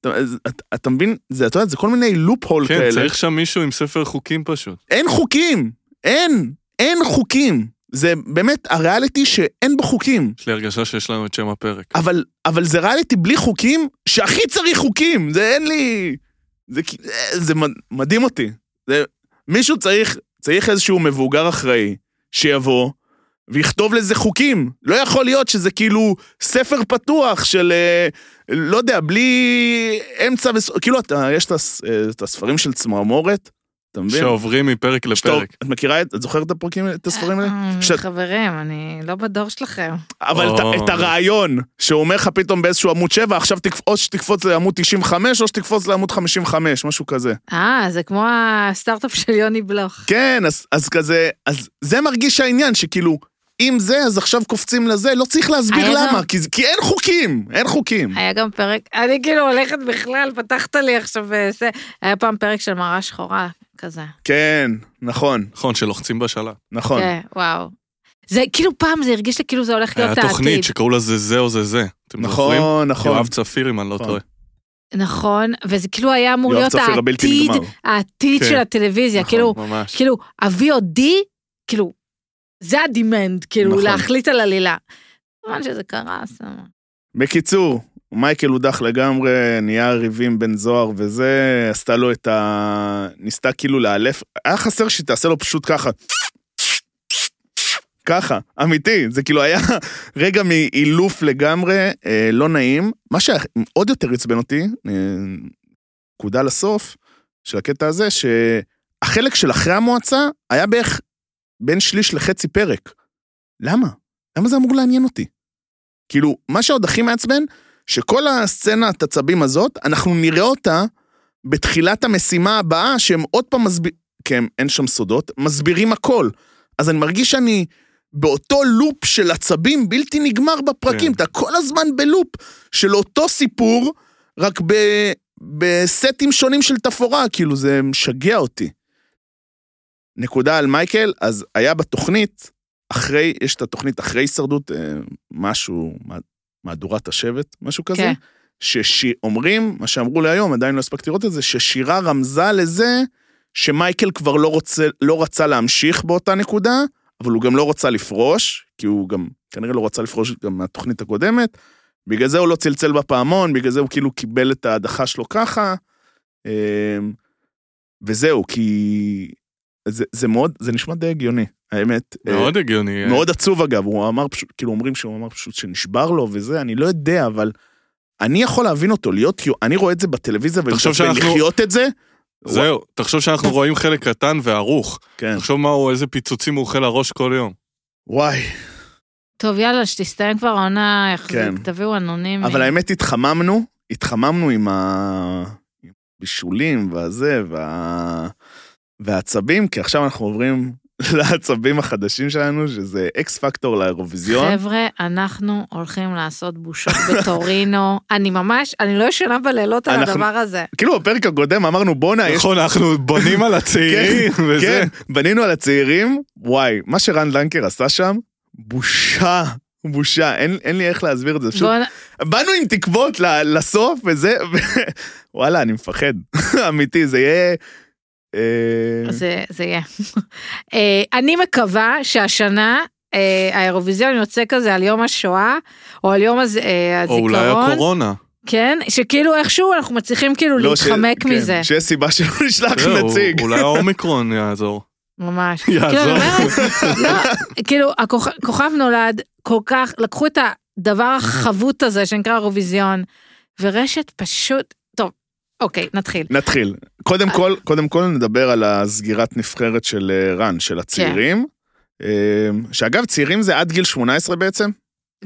אתה, אתה, אתה מבין? זה, אתה יודע, זה כל מיני לופ הול כן, כאלה. צריך שם מישהו עם ספר חוקים פשוט. אין חוקים! אין! אין חוקים! זה באמת הריאליטי שאין בו חוקים. יש לי הרגשה שיש לנו את שם הפרק. אבל, אבל זה ריאליטי בלי חוקים, שהכי צריך חוקים, זה אין לי... זה, כי- זה מד- מדהים אותי. זה, מישהו צריך, צריך איזשהו מבוגר אחראי שיבוא ויכתוב לזה חוקים. לא יכול להיות שזה כאילו ספר פתוח של, אה, לא יודע, בלי אמצע וס... כאילו, אתה, יש את, הס, אה, את הספרים של צמרמורת, אתה מבין? שעוברים מפק שאתה- לפרק. את מכירה את, את זוכרת את הפרקים, את הספרים האלה? אה, שאת- חברים, אני לא בדור שלכם. אבל את, או. את הרעיון שהוא אומר לך פתאום באיזשהו עמוד 7, עכשיו תקפ... או שתקפוץ לעמוד 95 או שתקפוץ לעמוד 55, משהו כזה. אה, זה כמו הסטארט-אפ של יוני בלוך. כן, אז, אז כזה, אז זה מרגיש העניין, שכאילו, אם זה, אז עכשיו קופצים לזה, לא צריך להסביר היה למה, גם- כי, זה- כי אין חוקים, אין חוקים. היה גם פרק, אני כאילו הולכת בכלל, פתחת לי עכשיו אה, זה, היה פעם פרק של מראה שחורה כזה. כן, נכון, נכון, שלוחצים בשלט. נכון. כן, וואו. זה כאילו פעם זה הרגיש לי כאילו זה הולך היה להיות העתיד. תוכנית שקראו לה זה זה או זה זה. אתם זוכרים? נכון, נכון. יואב צפיר, אם אני לא נכון. טועה. נכון, וזה כאילו היה אמור יואב להיות צפיר הבלתי העתיד, נגמר. העתיד כן. של הטלוויזיה, נכון, כאילו, ממש. כאילו, ה-VOD, כאילו, זה הדימנד, כאילו, נכון. להחליט על עלילה. כמובן שזה קרה, סבבה. בקיצור, מייקל הודח לגמרי, נהיה ריבים בין זוהר וזה, עשתה לו את ה... ניסתה כאילו לאלף, היה חסר שהיא תעשה לו פשוט ככה. ככה, אמיתי, זה כאילו היה רגע מאילוף לגמרי, אה, לא נעים. מה שעוד יותר עצבן אותי, אה, נקודה לסוף של הקטע הזה, שהחלק של אחרי המועצה היה בערך בין שליש לחצי פרק. למה? למה זה אמור לעניין אותי? כאילו, מה שעוד הכי מעצבן, שכל הסצנת עצבים הזאת, אנחנו נראה אותה בתחילת המשימה הבאה, שהם עוד פעם מסבירים, כן, אין שם סודות, מסבירים הכל. אז אני מרגיש שאני באותו לופ של עצבים בלתי נגמר בפרקים, כן. אתה כל הזמן בלופ של אותו סיפור, רק ב... בסטים שונים של תפאורה, כאילו זה משגע אותי. נקודה על מייקל, אז היה בתוכנית, אחרי, יש את התוכנית אחרי הישרדות, אה, משהו, מה- מהדורת השבט, משהו כזה. כן. שאומרים, מה שאמרו לי היום, עדיין לא הספקתי לראות את זה, ששירה רמזה לזה שמייקל כבר לא, רוצה, לא רצה להמשיך באותה נקודה, אבל הוא גם לא רצה לפרוש, כי הוא גם כנראה לא רצה לפרוש גם מהתוכנית הקודמת, בגלל זה הוא לא צלצל בפעמון, בגלל זה הוא כאילו קיבל את ההדחה שלו ככה, אמ, וזהו, כי זה, זה מאוד, זה נשמע די הגיוני, האמת. מאוד הגיוני. אה, מאוד עצוב אגב, הוא אמר פשוט, כאילו אומרים שהוא אמר פשוט שנשבר לו וזה, אני לא יודע, אבל אני יכול להבין אותו, להיות, יו- אני רואה את זה בטלוויזיה תחשוב ולחשוב שאנחנו- ולחיות את זה, זהו, תחשוב שאנחנו רואים חלק קטן וערוך. כן. תחשוב מה הוא, איזה פיצוצים הוא אוכל לראש כל יום. וואי. טוב, יאללה, שתסתיים כבר העונה, יחזיק, כן. תביאו אנונימי. אבל האמת, התחממנו, התחממנו עם הבישולים והזה, וה... והעצבים, כי עכשיו אנחנו עוברים לעצבים החדשים שלנו, שזה אקס פקטור לאירוויזיון. חבר'ה, אנחנו הולכים לעשות בושות בטורינו. אני ממש, אני לא ישנה בלילות על אנחנו- הדבר הזה. כאילו בפרק הקודם אמרנו בואנה, אה, יש... נכון, אנחנו בונים על הצעירים וזה. כן, בנינו על הצעירים, וואי, מה שרן לנקר עשה שם, בושה, בושה, אין, אין לי איך להסביר את זה. פשוט, בואו באנו עם תקוות ל- לסוף וזה, ו- וואלה, אני מפחד, אמיתי, זה יהיה... אה, זה, זה יהיה. אה, אני מקווה שהשנה אה, האירוויזיון יוצא כזה על יום השואה, או על יום הז... אה, או הזיכרון. אולי הקורונה. כן, שכאילו איכשהו אנחנו מצליחים כאילו לא, ש- להתחמק כן, מזה. שיש סיבה שלא נשלח זהו, נציג. אולי האומיקרון יעזור. ממש. יעזור. כאילו, אני אומרת, לא, כאילו, הכוכב כוכב נולד כל כך, לקחו את הדבר החבוט הזה שנקרא אירוויזיון, ורשת פשוט, טוב, אוקיי, נתחיל. נתחיל. קודם כל, קודם כל נדבר על הסגירת נבחרת של אה, רן, של הצעירים. כן. אה, שאגב, צעירים זה עד גיל 18 בעצם,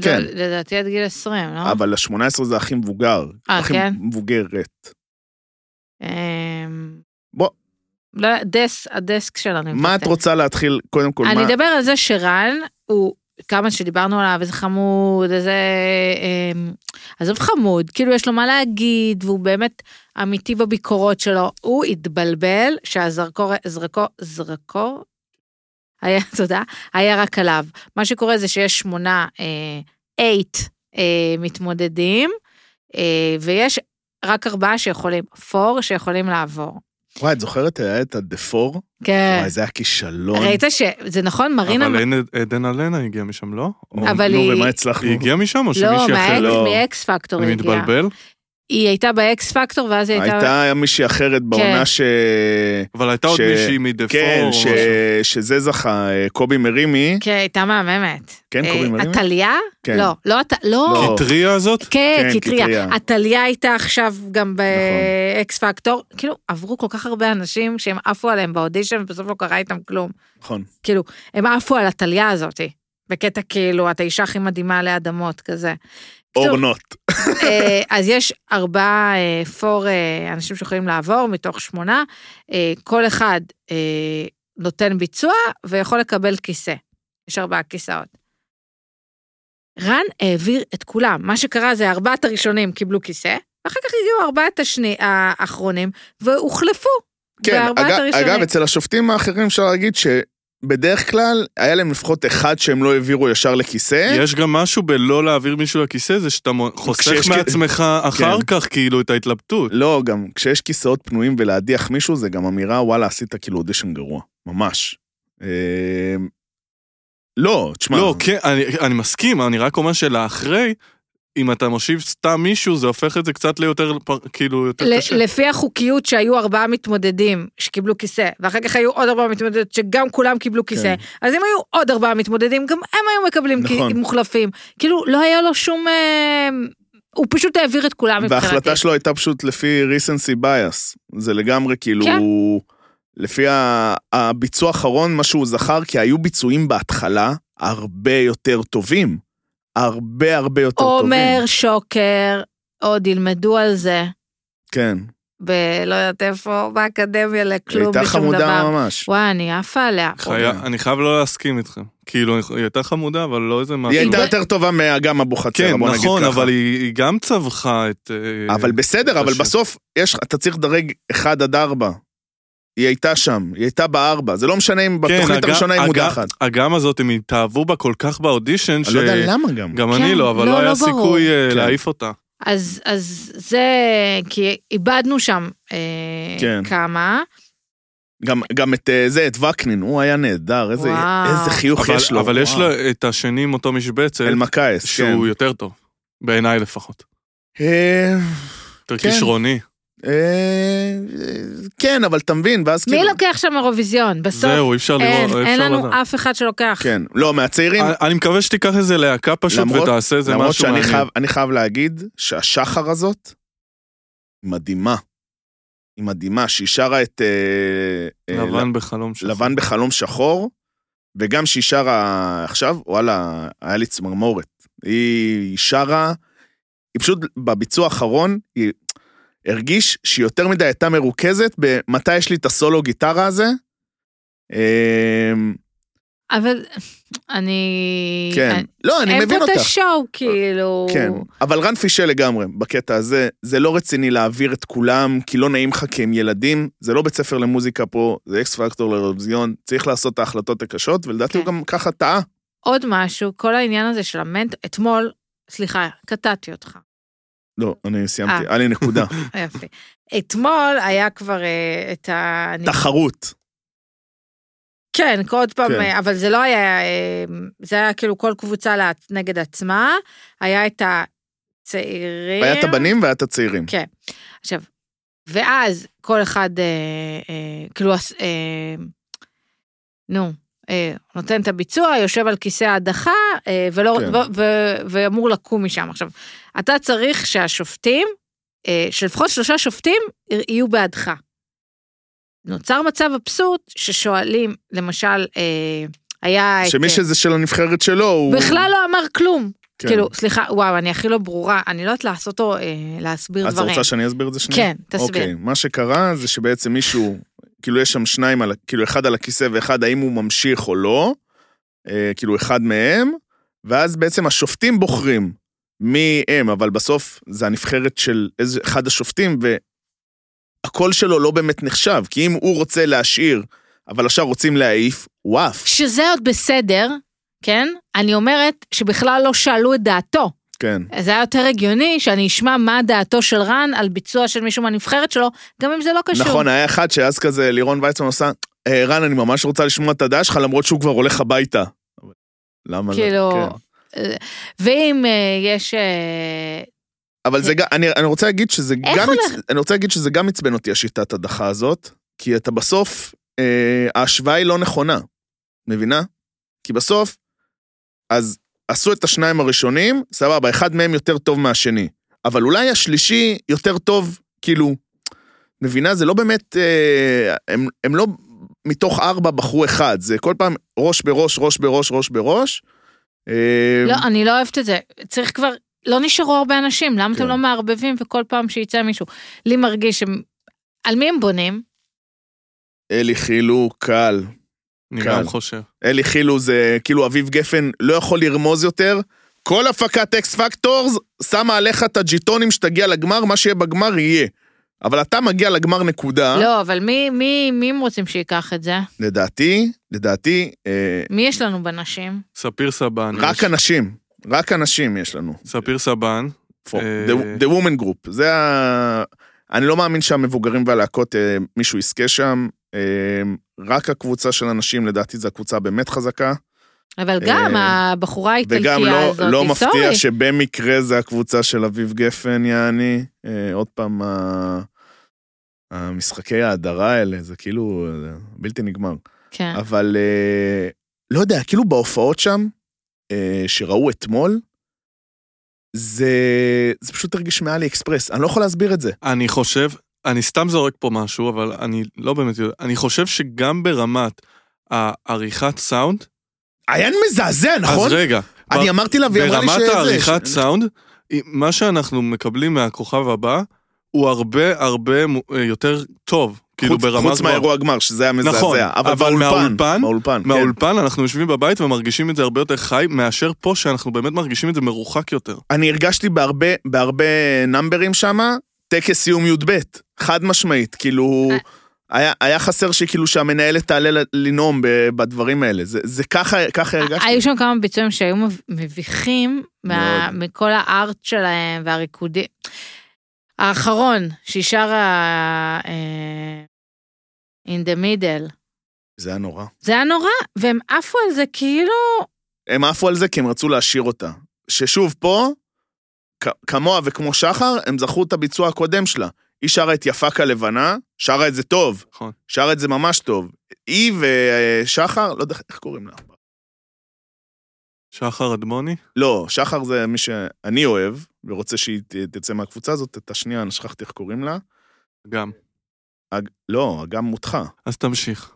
כן. לא, לדעתי עד גיל 20, לא? אבל ה-18 זה הכי מבוגר. אה, הכי כן? מבוגרת. אמ, בוא. לא, דס, הדסק שלנו. מה את מתקתק. רוצה להתחיל, קודם כל, מה... אני אדבר על זה שרן, הוא, כמה שדיברנו עליו, איזה חמוד, איזה... אמ, עזוב חמוד, כאילו יש לו מה להגיד, והוא באמת אמיתי בביקורות שלו. הוא התבלבל שהזרקור, זרקור, זרקור, היה, תודה, היה רק עליו. מה שקורה זה שיש שמונה, אה, אייט אה, מתמודדים, אה, ויש רק ארבעה שיכולים, פור שיכולים לעבור. וואי, את זוכרת היה את הדפור? כן. וואי, זה לא- היה כישלון. ראית שזה נכון, מרינה... אבל אין- עדן אלנה הגיעה משם, לא? או- אבל נו, היא- ומה הצלחנו? היא הגיעה משם או לא, שמישהי אחרת? לא. מאקס פקטור אני היא הגיעה. מתבלבל. היא הייתה באקס פקטור ואז היא הייתה... הייתה מישהי אחרת כן. בעונה ש... אבל הייתה עוד ש- מישהי מדה פור. כן, או ש... משהו. שזה זכה, אה, קובי מרימי. כן, הייתה מהממת. כן, קובי אה, מרימי? עתליה? כן. לא, לא עת- לא. לא. קטריה הזאת? כן, כן, קטריה. קטריה. עתליה הייתה עכשיו גם באקס פקטור. כאילו, עברו כל כך הרבה אנשים שהם עפו עליהם באודישן ובסוף לא קרה איתם כלום. נכון. כאילו, הם עפו על עתליה הזאתי. בקטע כאילו, את האישה הכי מדהימה עלי אדמות כזה. בקיצור, אורנות. אה, אז יש ארבעה אה, פור אה, אנשים שיכולים לעבור מתוך שמונה, אה, כל אחד אה, נותן ביצוע ויכול לקבל כיסא. יש ארבעה כיסאות. רן העביר את כולם, מה שקרה זה ארבעת הראשונים קיבלו כיסא, ואחר כך הגיעו ארבעת השני, האחרונים והוחלפו. כן, בארבעת אגב, הראשונים. אגב, אצל השופטים האחרים אפשר להגיד שבדרך כלל היה להם לפחות אחד שהם לא העבירו ישר לכיסא. יש גם משהו בלא להעביר מישהו לכיסא, זה שאתה מו- כשיש- כן. חוסך מעצמך אחר כך כאילו את ההתלבטות. לא, גם כשיש כיסאות פנויים ולהדיח מישהו, זה גם אמירה, וואלה, עשית כאילו אודישן גרוע. ממש. אה, לא, תשמע. לא, כן, אני, אני מסכים, אני רק אומר שלאחרי, אם אתה מושיב סתם מישהו, זה הופך את זה קצת ליותר, פר- כאילו, יותר ל- קשה. לפי החוקיות שהיו ארבעה מתמודדים שקיבלו כיסא, ואחר כך היו עוד ארבעה מתמודדים שגם כולם קיבלו כן. כיסא, אז אם היו עוד ארבעה מתמודדים, גם הם היו מקבלים כי- נכון. מוחלפים. כאילו, לא היה לו שום... אה, הוא פשוט העביר את כולם מבחינתי. וההחלטה שלו הייתה פשוט לפי recency bias. זה לגמרי כאילו... כן. לפי ה- הביצוע האחרון, מה שהוא זכר, כי היו ביצועים בהתחלה הרבה יותר טובים. הרבה הרבה יותר טובים. עומר, שוקר, עוד ילמדו על זה, כן. בלא יודעת איפה, באקדמיה היא לכלום, הייתה בשום חמודה דבר. ממש. וואי, אני עפה עליה. אוקיי. חיה, אני חייב לא להסכים איתכם. כאילו, היא הייתה חמודה, אבל לא איזה משהו. היא הייתה ב- יותר טובה מאגם אבוחצירא, כן, בוא נגיד נכון, ככה. אבל היא היא גם צווחה את... אה, אבל בסדר, אבל קשה. בסוף, יש, אתה צריך לדרג 1 עד 4. היא הייתה שם, היא הייתה בארבע, זה לא משנה אם כן, בתוכנית הגם- הראשונה היא הגם- מודחת. הגם הזאת, הם התאהבו בה כל כך באודישן, אני לא יודע למה גם. גם כן, אני לא, אבל לא, לא לא היה ברור. סיכוי אה, כן. להעיף אותה. אז, אז זה, כי איבדנו שם אה, כן. כמה. גם, גם את אה, זה, את וקנין, הוא היה נהדר, איזה, וואו. איזה חיוך אבל- יש לו. אבל יש וואו. לה את השני עם אותו משבצת, אלמקייס, כן. שהוא יותר טוב. בעיניי לפחות. אה, יותר כן. כישרוני. אה, אה, כן, אבל אתה מבין, ואז מי לא- כאילו... לוקח שם אירוויזיון? בסוף זהו, אי אפשר אין, לראות, אי אין אפשר לנו לדעת. אף אחד שלוקח. כן, לא, מהצעירים, אני- אני מקווה שתיקח איזה להקה פשוט למרות- ותעשה איזה למרות אה, משהו שאני מעניין. חייב, אני חייב להגיד שהשחר הזאת מדהימה. היא מדהימה, שהיא שרה את... אה, אה, לבן בחלום שלך. לבן בחלום שחור, וגם שהיא שרה עכשיו, וואלה, היה לי צמרמורת. היא היא שרה, היא פשוט בביצוע האחרון, היא הרגיש שהיא יותר מדי הייתה מרוכזת במתי יש לי את הסולו גיטרה הזה. אמ, אבל אני... אה, כן. לא, אני מבין אין פה את אותך. השואו, כאילו. כן, אבל רן פישל לגמרי, בקטע הזה, זה לא רציני להעביר את כולם, כי לא נעים לך כי הם ילדים, זה לא בית ספר למוזיקה פה, זה אקס פקטור לאירוויזיון, צריך לעשות את ההחלטות הקשות, ולדעתי הוא כן. גם ככה טעה. עוד משהו, כל העניין הזה של המנט... אתמול, סליחה, קטעתי אותך. לא, אני סיימתי, אה. היה לי נקודה. יפה. אתמול היה כבר אה, את ה... אני- תחרות. כן, עוד פעם, כן. אה, אבל זה לא היה, אה, זה היה כאילו כל קבוצה לה- נגד עצמה, היה את הצעירים. היה את הבנים והיה את הצעירים. כן. עכשיו, ואז כל אחד, אה, אה, כאילו, הס- אה, נו, אה, נותן את הביצוע, יושב על כיסא ההדחה, אה, ולא, כן. ו, ו, ואמור לקום משם. עכשיו, אתה צריך שהשופטים, אה, שלפחות שלושה שופטים יהיו בעדך. נוצר מצב אבסורד ששואלים, למשל, אה, היה את... שמי שזה של הנבחרת שלו, הוא... בכלל לא אמר כלום. כן. כאילו, סליחה, וואו, אני הכי לא ברורה, אני לא יודעת לעשות או אה, להסביר אז את דברים. רוצה שאני אסביר את זה שנייה? כן, תסביר. אוקיי, מה שקרה זה שבעצם מישהו, כאילו יש שם שניים, על, ה- כאילו אחד על הכיסא ואחד האם הוא ממשיך או לא, אה, כאילו אחד מהם, ואז בעצם השופטים בוחרים מי הם, אבל בסוף זה הנבחרת של איזה, אחד השופטים, והקול שלו לא באמת נחשב, כי אם הוא רוצה להשאיר, אבל השאר רוצים להעיף, הוא עף. שזה עוד בסדר, כן? אני אומרת שבכלל לא שאלו את דעתו. כן, אז זה היה יותר הגיוני שאני אשמע מה דעתו של רן על ביצוע של מישהו מהנבחרת שלו, גם אם זה לא קשור. נכון, היה אחד שאז כזה לירון ויצמן עושה, "אה, רן, אני ממש רוצה לשמוע את הדעה שלך, למרות שהוא כבר הולך הביתה. אבל למה זה? כאילו, כן. אה, ואם אה, יש... אה, אבל זה גם, אני, אני רוצה להגיד שזה איך גם, מצ... אני רוצה להגיד שזה גם עצבן אותי השיטת הדחה הזאת, כי אתה בסוף, אה, ההשוואה היא לא נכונה, מבינה? כי בסוף, אז עשו את השניים הראשונים, סבבה, אחד מהם יותר טוב מהשני, אבל אולי השלישי יותר טוב, כאילו, מבינה? זה לא באמת, אה, הם, הם לא מתוך ארבע בחרו אחד, זה כל פעם ראש בראש, ראש בראש, ראש בראש. אה, לא, אני לא אוהבת את זה. צריך כבר... לא נשארו הרבה אנשים, למה כן. אתם לא מערבבים וכל פעם שיצא מישהו? לי מרגיש שהם... על מי הם בונים? אלי חילו, קל. אני קל. גם חושב. אלי חילו זה כאילו אביב גפן לא יכול לרמוז יותר. כל הפקת אקס פקטורס שמה עליך את הג'יטונים שתגיע לגמר, מה שיהיה בגמר יהיה. אבל אתה מגיע לגמר נקודה, לא, אבל מי- מי מי הם רוצים שייקח את זה? לדעתי, לדעתי, אה, מי יש לנו בנשים? ספיר סבן. רק יש- אנשים, רק אנשים יש לנו. ספיר סבן. For- אה. The- The Woman Group, זה ה... אני לא מאמין שהמבוגרים והלהקות, אה, מישהו יזכה שם. אה, רק הקבוצה של הנשים, לדעתי זו הקבוצה באמת חזקה. אבל גם אה, הבחורה האיטלקייה וגם לא, הזאת, לא היא מפתיע סורי. שבמקרה זה הקבוצה של אביב גפן, יעני. אה, עוד פעם, ה- המשחקי ההדרה האלה, זה כאילו אה, בלתי נגמר. כן. אבל אה, לא יודע, כאילו בהופעות שם, אה, שראו אתמול, זה, זה פשוט הרגיש מעלי אקספרס, אני לא יכול להסביר את זה. אני חושב, אני סתם זורק פה משהו, אבל אני לא באמת יודע. אני חושב שגם ברמת העריכת סאונד, היה מזעזע, נכון? אז רגע, אני ב- אמרתי לה, והיא אמרה לי שזה... ברמת העריכת ש- סאונד, מה שאנחנו מקבלים מהכוכב הבא, הוא הרבה הרבה מו- אה, יותר טוב. כאילו חוץ- ברמה חוץ גבוהה. מהאירוע גמר, שזה היה מזעזע. נכון, אבל מהאולפן- מהאולפן, כן. מהאולפן אנחנו יושבים בבית ומרגישים את זה הרבה יותר חי מאשר פה שאנחנו באמת מרגישים את זה מרוחק יותר. אני הרגשתי בהרבה, בהרבה נאמברים שם, טקס סיום י"ב, חד משמעית, כאילו, היה, היה חסר שכאילו שהמנהלת תעלה ל- לנאום ב- בדברים האלה, זה, זה ככה, ככה הרגשתי. אה, היו שם כמה ביצועים שהיו מב- מביכים מה- מאוד. מכל הארט שלהם והריקודים. האחרון, שהיא שרה אה, In the middle. זה היה נורא. זה היה נורא, והם עפו על זה כאילו... הם עפו על זה כי הם רצו להשאיר אותה. ששוב פה, כ- כמוה וכמו שחר, הם זכרו את הביצוע הקודם שלה. היא שרה את יפק הלבנה, שרה את זה טוב, נכון. שרה את זה ממש טוב. היא ושחר, לא יודע איך קוראים לה. שחר אדמוני? לא, שחר זה מי שאני אוהב, ורוצה שהיא ת- תצא מהקבוצה הזאת, את השנייה, אני שכחתי איך קוראים לה. גם. הג... לא, אגם מותך. אז תמשיך.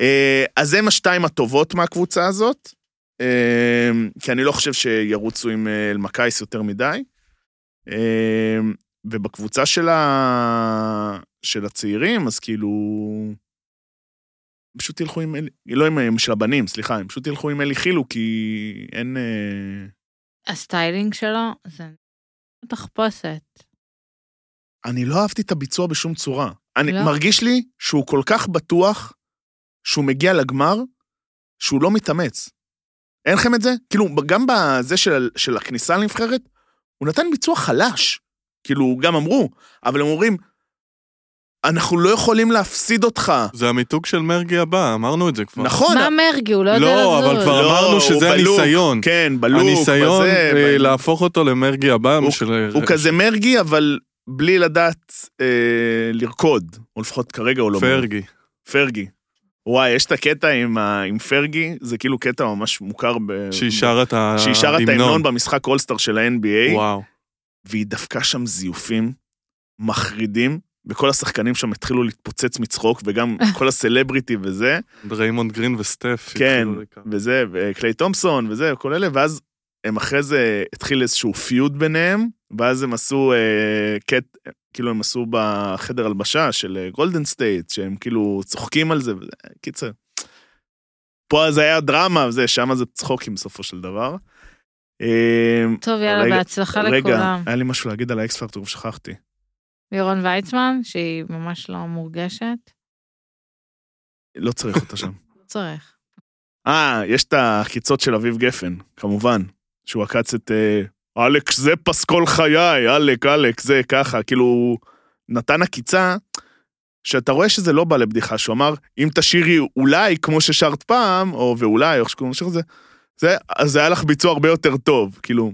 אה, אז הם השתיים הטובות מהקבוצה הזאת, אה, כי אני לא חושב שירוצו עם אה, אלמקייס יותר מדי. אה, ובקבוצה של, ה... של הצעירים, אז כאילו... פשוט ילכו עם אלי, לא עם, עם של הבנים, סליחה, הם פשוט ילכו עם אלי חילו, כי אין... אה, הסטיילינג שלו זה תחפושת. אני לא אהבתי את הביצוע בשום צורה. אני לא? מרגיש לי שהוא כל כך בטוח שהוא מגיע לגמר, שהוא לא מתאמץ. אין לכם את זה? כאילו, גם בזה של, של הכניסה לנבחרת, הוא נתן ביצוע חלש. כאילו, גם אמרו, אבל הם אומרים, אנחנו לא יכולים להפסיד אותך. זה המיתוג של מרגי הבא, אמרנו את זה כבר. נכון, מה מרגי? הוא לא יודע לא, לזוז. אבל כבר לא, אמרנו הוא שזה בלוק. הניסיון. כן, בלוק, הניסיון בזה, אה, ב- להפוך אותו למרגי הבא הוא- של... הוא כזה מרגי, אבל בלי לדעת אה, לרקוד, או לפחות כרגע הוא לא מרגי. פרגי. פרגי. וואי, יש את הקטע עם, ה... עם פרגי, זה כאילו קטע ממש מוכר ב... שהיא שרה את ה- שהיא שרה את ההמנון במשחק אולסטאר של ה-NBA, וואו. והיא דפקה שם זיופים מחרידים, וכל השחקנים שם התחילו להתפוצץ מצחוק, וגם כל הסלבריטי וזה, דריימונד גרין וסטף. כן, התחילו לקרוא. וזה, וקליי תומפסון וזה, וכל אלה, ואז הם אחרי זה התחיל איזשהו פיוד ביניהם, ואז הם עשו אה, קט... כאילו הם עשו בחדר הלבשה של אה, גולדן סטייט, שהם כאילו צוחקים על זה, וזה, קיצר. פה זה היה דרמה וזה, שם זה צחוקים בסופו של דבר. אה, טוב, יאללה, רגע- בהצלחה רגע, לכולם. היה לי משהו להגיד על האקס פקטור ושכחתי. לירון ויצמן, שהיא ממש לא מורגשת. לא צריך אותה שם. לא צריך. אה, יש את העקיצות של אביב גפן, כמובן, שהוא עקץ את אה, אלק, זה פסקול חיי, אלק, אלק, זה ככה, כאילו, הוא נתן עקיצה, שאתה רואה שזה לא בא לבדיחה, שהוא אמר, אם תשאירי אולי כמו ששרת פעם, או ואולי, או איך שקוראים לשיר הזה, זה, אז היה לך ביצוע הרבה יותר טוב, כאילו,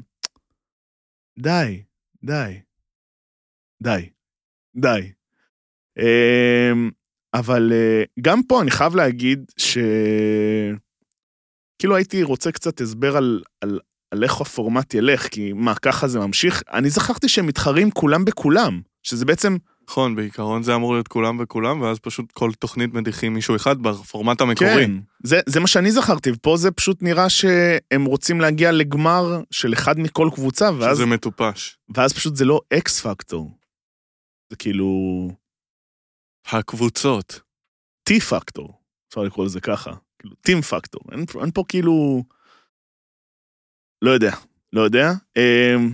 די, די, די, די. אמ, אבל אה, גם פה אני חייב להגיד ש... כאילו הייתי רוצה קצת הסבר על, על, על איך הפורמט ילך, כי מה, ככה זה ממשיך? אני זכרתי שהם מתחרים כולם בכולם, שזה בעצם, נכון, בעיקרון זה אמור להיות כולם וכולם, ואז פשוט כל תוכנית מדיחים מישהו אחד בפורמט המקורי. כן, זה, זה מה שאני זכרתי, ופה זה פשוט נראה שהם רוצים להגיע לגמר של אחד מכל קבוצה, ואז, שזה מטופש. ואז פשוט זה לא אקס פקטור. זה כאילו הקבוצות. טי פקטור, אפשר לקרוא לזה ככה, כאילו טים פקטור, אין, אין פה כאילו... לא יודע, לא יודע. אמ,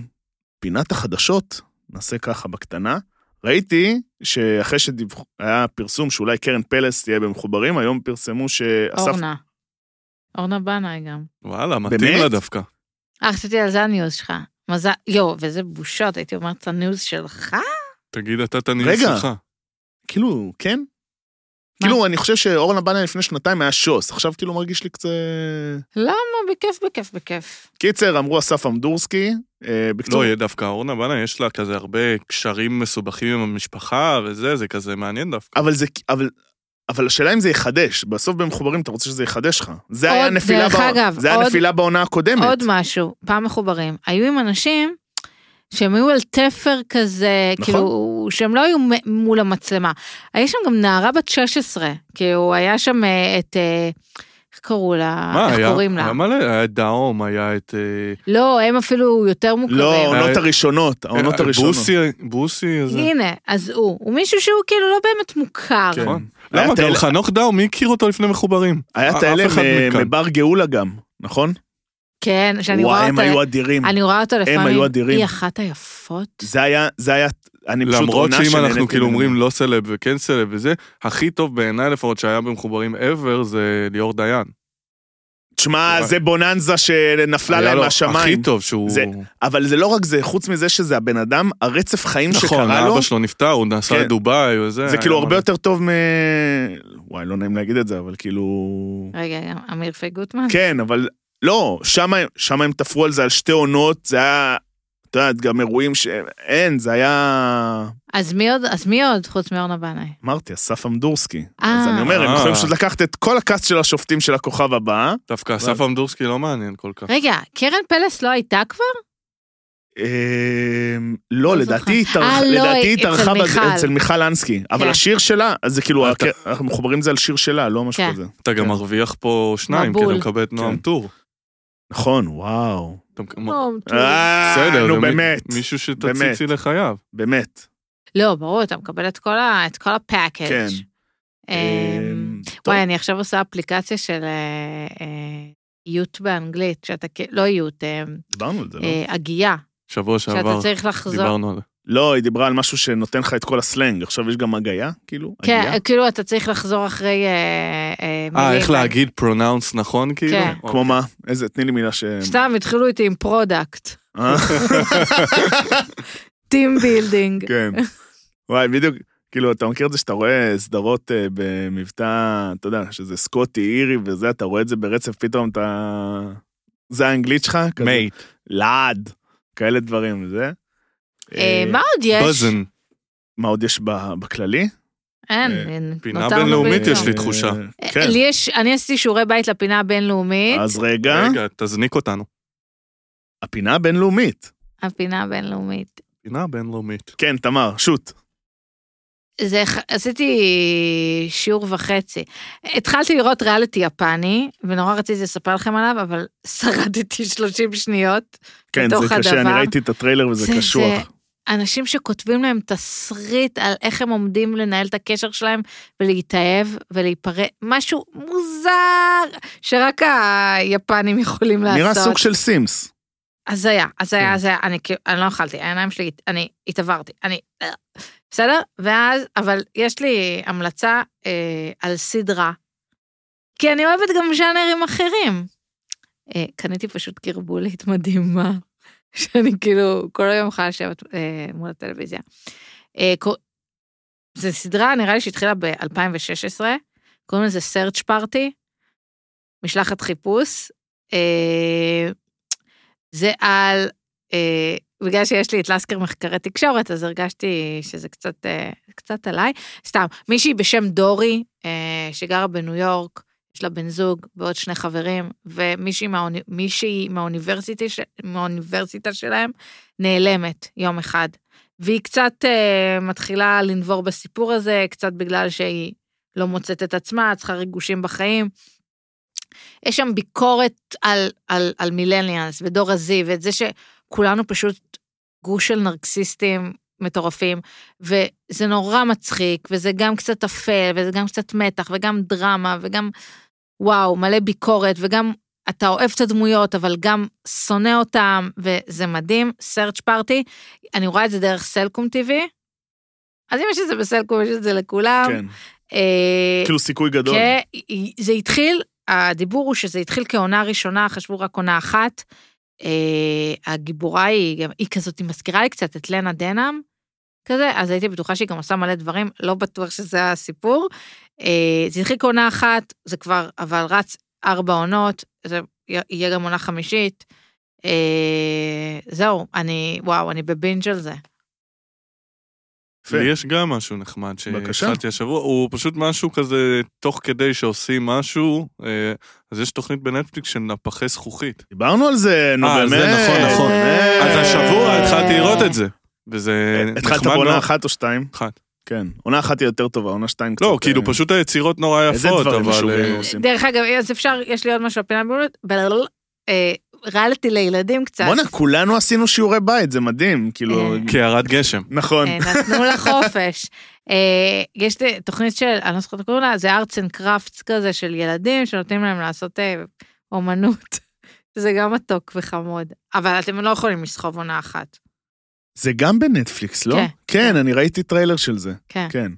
פינת החדשות, נעשה ככה בקטנה. ראיתי שאחרי שהיה פרסום שאולי קרן פלס תהיה במחוברים, היום פרסמו שאסף... אורנה. אורנה בנאי גם. וואלה, מתאים באמת? לה דווקא. אה, חשבתי על זה הניוז שלך. מזל, יואו, וזה בושות, הייתי אומרת את הניוז שלך? תגיד אתה את הניהול רגע. שלך. כאילו, כן? כאילו, אני חושב שאורנה בנה לפני שנתיים היה שוס, עכשיו כאילו מרגיש לי קצת... מה, בכיף, בכיף, בכיף. קיצר, אמרו אסף אמדורסקי, אה, בקצור, לא, יהיה דווקא אורנה בנה, יש לה כזה הרבה קשרים מסובכים עם המשפחה וזה, זה כזה מעניין דווקא. אבל זה... אבל... אבל השאלה אם זה יחדש, בסוף במחוברים אתה רוצה שזה יחדש לך. זה עוד, היה נפילה, דרך אגב, זה היה עוד- נפילה בעונה הקודמת. עוד משהו, פעם מחוברים. היו עם אנשים שהם היו על תפר כזה, נכון. כאילו, שהם לא היו מ- מול המצלמה. היה שם גם נערה בת 16, כאילו, היה שם אה, את... אה, איך קראו לה? מה, אה, איך היה- קוראים לה? היה מלא, היה את דאום, היה את... אה, לא, הם אפילו יותר מוכרים. לא, העונות אה, הראשונות, העונות אה, הראשונות. בוסי, בוסי, איזה... הנה, אז הוא. הוא מישהו שהוא כאילו לא באמת מוכר. כן. נכון. היה למה? את גם אלה- חנוך דאום, מי הכיר אותו לפני מחוברים? היה את אף האלה אחד מ- מכאן. מבר גאולה גם, נכון? כן, שאני וואי, רואה הם אותה, היו אדירים. אני רואה אותה לפעמים. היו אדירים. היא אחת היפות. זה היה, זה היה, אני פשוט למרות עונה שאם שנהניתי אנחנו כאילו ממנה. אומרים לא סלב וכן סלב וזה, הכי טוב בעיניי לפחות שהיה במחוברים ever זה ליאור דיין. תשמע, וואי. זה בוננזה שנפלה היה להם לו מהשמיים. הכי טוב שהוא... זה- אבל זה לא רק זה, חוץ מזה שזה הבן אדם, הרצף חיים נכון, שקרה לו, אבא שלו אה, לא נפטר, הוא נסע כן. לדובאי וזה. זה כאילו היה הרבה מלא. יותר טוב מ... וואי, לא נעים להגיד את זה, אבל כאילו... רגע, אמיר פי גוטמן? כן, אבל לא, שם הם- שם הם תפרו על זה על שתי עונות, זה היה, את יודעת, גם אירועים ש... אין, זה היה... אז מי עוד, אז מי עוד חוץ מאורנה בנאי? אמרתי, אסף אמדורסקי. אה. אז אני אומר, הם אה. יכולים פשוט לקחת את כל הקאסט של השופטים של הכוכב הבא. דווקא אסף אמדורסקי לא מעניין כל כך. רגע, קרן פלס לא הייתה כבר? אמ, לא, לא לדעתי היא זוכרת. התארחה- אה, לא, לדעתי היא אצל התארחה בג- מיכל. אצל מיכל אנסקי, אבל כן. השיר שלה, אז זה כאילו, אה, אתה- הכ- אנחנו מחוברים את זה על שיר שלה, לא משהו כן. כזה. אתה גם כן. מרוויח פה שניים, כי מבול. אתה מקבל את נועם כן. טור. נכון, וואו. אתה מק- נועם טור. אה, בסדר, נו זה מי- באמת, מישהו באמת. שתציצי לחייו. באמת. לא, ברור, אתה מקבל את כל ה- את כל הפאקג'. כן. אמ, אמ, טוב. וואי, אני עכשיו עושה אפליקציה של אה, אה, איות באנגלית, שאתה, כ- לא איות, אה, דיברנו על זה, לא? אה, הגייה, שבוע שעבר שאתה צריך לחזור. דיברנו על זה. לא, היא דיברה על משהו שנותן לך את כל הסלנג, עכשיו יש גם הגייה, כאילו? כן, הגייה? כאילו אתה צריך לחזור אחרי אה, אה, מילים. אה, איך להגיד פרונאונס נכון כאילו? כן. אוקיי. כמו מה? איזה, תני לי מילה ש... סתם, התחילו איתי עם פרודקט, אה? טים בילדינג. כן. וואי, בדיוק, כאילו, אתה מכיר את זה שאתה רואה סדרות אה, במבטא, אתה יודע, שזה סקוטי, אירי וזה, אתה רואה את זה ברצף, פתאום אתה... זה האנגלית שלך? כזה, מייט, לעד. כאלה דברים, זה. אה, מה עוד יש? בזן. מה עוד יש ב- בכללי? אין, אה, אין, פינה נותרנו בינלאומית בלי יש לי כלום. אה, תחושה. כן. לי יש, אני עשיתי שיעורי בית לפינה הבינלאומית, אז רגע, רגע, תזניק אותנו. הפינה הבינלאומית. הפינה הבינלאומית. פינה בינלאומית. כן, תמר, שוט. זה, עשיתי שיעור וחצי. התחלתי לראות ריאליטי יפני, ונורא רציתי לספר לכם עליו, אבל שרדתי 30 שניות. כן, זה בתוך קשה, אני הדבר. ראיתי את הטריילר וזה זה- קשוח. אנשים שכותבים להם תסריט על איך הם עומדים לנהל את הקשר שלהם ולהתאהב ולהיפרד, משהו מוזר שרק היפנים יכולים לעשות. נראה סוג של סימס. הזיה, הזיה, כן. הזיה, אני כאילו, אני לא אכלתי, העיניים שלי, אני התעברתי, אני... אה, בסדר? ואז, אבל יש לי המלצה אה, על סדרה, כי אני אוהבת גם ז'אנרים אחרים. אה, קניתי פשוט קרבולית מדהימה, שאני כאילו כל היום יכולה לשבת אה, מול הטלוויזיה. אה, קור... זו סדרה, נראה לי שהתחילה ב-2016, קוראים לזה search party, משלחת חיפוש. אה, זה על, אה, בגלל שיש לי את לסקר מחקרי תקשורת, אז הרגשתי שזה קצת, אה, קצת עליי. סתם, מישהי בשם דורי, אה, שגרה בניו יורק, יש לה בן זוג ועוד שני חברים, ומישהי מהאוני, מישהי מהאוניברסיטה, ש- מהאוניברסיטה שלהם נעלמת יום אחד. והיא קצת אה, מתחילה לנבור בסיפור הזה, קצת בגלל שהיא לא מוצאת את עצמה, צריכה ריגושים בחיים. יש שם ביקורת על, על, על מילניאנס ודור הזי, ואת זה שכולנו פשוט גוש של נרקסיסטים מטורפים, וזה נורא מצחיק, וזה גם קצת אפל, וזה גם קצת מתח, וגם דרמה, וגם, וואו, מלא ביקורת, וגם אתה אוהב את הדמויות, אבל גם שונא אותם, וזה מדהים, search party, אני רואה את זה דרך סלקום TV, אז אם יש את זה בסלקום, יש את זה לכולם. כן. אה, כאילו סיכוי גדול. כן, זה התחיל, הדיבור הוא שזה התחיל כעונה ראשונה, חשבו רק עונה אחת. אה, הגיבורה היא, גם- היא כזאת, היא מזכירה לי קצת את לנה דנאם, כזה, אז הייתי בטוחה שהיא גם עושה מלא דברים, לא בטוח שזה הסיפור. אה, זה התחיל כעונה אחת, זה כבר, אבל רץ ארבע עונות, זה יהיה גם עונה חמישית. אה, זהו, אני, וואו, אני בבינג' על זה. יפה. לי יש גם משהו נחמד בבקשה. שהתחלתי השבוע, הוא פשוט משהו כזה, תוך כדי שעושים משהו, אה, אז יש תוכנית בנטפליקס של נפחי זכוכית. דיברנו על זה, נו אה, באמת. זה נכון, נכון. אה. באמת. אז השבוע התחלתי לראות את זה, אה, וזה התחלת נחמד בעונה מאוד. אחת או שתיים? אחת. כן. עונה אחת היא יותר טובה, עונה שתיים קצת... לא, אה, כאילו פשוט היצירות נורא איזה יפות, דברים אבל... משוגעים אה, עושים. דרך אגב, אז אפשר, יש לי עוד משהו בפינה הבינלאומית, בללל, אה, ריאליטי לילדים קצת. בואנה, כולנו עשינו שיעורי בית, זה מדהים, כאילו... אה. קערת גשם. נכון. אה, נתנו לה חופש. אה, יש לי תוכנית של, אני לא זוכרת איך קוראים לה, זה ארץ אנד קראפטס כזה של ילדים שנותנים להם לעשות אה, אומנות. זה גם מתוק וחמוד, אבל אתם לא יכולים לסחוב עונה אחת. זה גם בנטפליקס, לא? כן. כן, אני ראיתי טריילר של זה. כן. כן.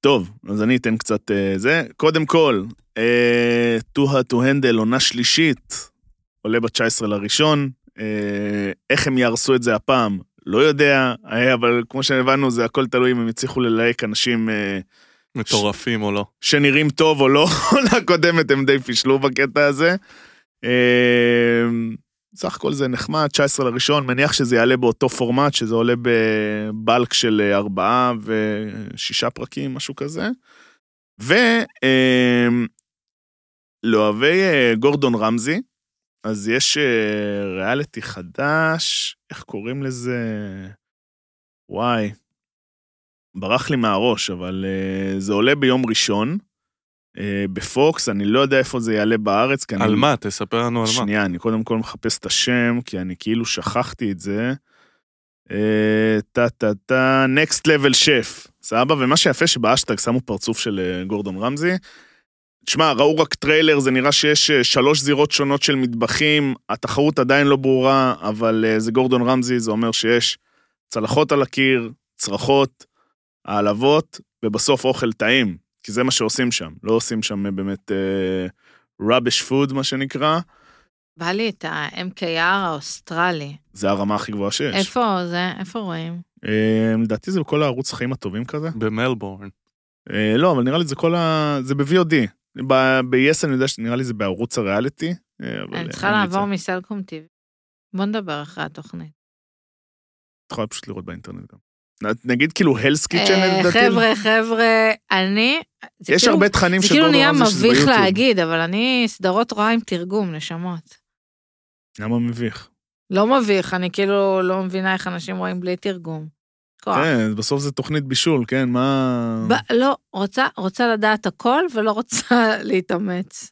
טוב, אז אני אתן קצת אה, זה. קודם כל, אה, טוהה טו הנדל, עונה שלישית, עולה ב-19 לראשון. אה, איך הם יהרסו את זה הפעם? לא יודע, אה, אבל כמו שהבנו, זה הכל תלוי אם הם יצליחו ללהק אנשים אה, מטורפים או לא. שנראים טוב או לא. עונה קודמת הם די פישלו בקטע הזה. אה, סך הכל זה נחמד, 19 לראשון, מניח שזה יעלה באותו פורמט, שזה עולה בבלק של אה, ארבעה ושישה פרקים, משהו כזה. ולאוהבי גורדון אה, רמזי, אז יש אה, ריאליטי חדש, איך קוראים לזה? וואי, ברח לי מהראש, אבל אה, זה עולה ביום ראשון, אה, בפוקס, אני לא יודע איפה זה יעלה בארץ, כי אני... על מה? תספר לנו על מה. שנייה, אני קודם כל מחפש את השם, כי אני כאילו שכחתי את זה. אה, טה טה טה, Next Level Chef, סבבה? ומה שיפה שבאשטג שמו פרצוף של אה, גורדון רמזי. תשמע, ראו רק טריילר, זה נראה שיש אה, שלוש זירות שונות של מטבחים, התחרות עדיין לא ברורה, אבל אה, זה גורדון רמזי, זה אומר שיש צלחות על הקיר, צרחות, העלבות, ובסוף אוכל טעים, כי זה מה שעושים שם, לא עושים שם אה, באמת אה, rubbish food, מה שנקרא. בא לי את ה-MKR האוסטרלי. זה הרמה הכי גבוהה שיש. איפה? איפה זה? איפה רואים? לדעתי זה בכל הערוץ חיים הטובים כזה. במלבורן. אה, לא, אבל נראה לי זה כל ה... זה ב-VOD. ב-yes אני יודע שנראה לי זה בערוץ הריאליטי. אה, אבל אני אין צריכה לי את לעבור זה. מסלקום TV. בוא נדבר אחרי התוכנית. את יכולה פשוט לראות באינטרנט גם. נ- נגיד כאילו הלס אה, קיצ'ן לדעתי. חבר'ה, חבר'ה, אני... זה יש כאילו- הרבה תכנים זה של כאילו גורדון נהיה רמזי שזה מביך ביוטיוב. להגיד, אבל אני סדרות רואה עם תרגום, נשמות. למה מביך? לא מביך, אני כאילו לא מבינה איך אנשים רואים בלי תרגום. כוח. כן, בסוף זה תוכנית בישול, כן, מה... ב- לא, רוצה, רוצה לדעת הכל ולא רוצה להתאמץ.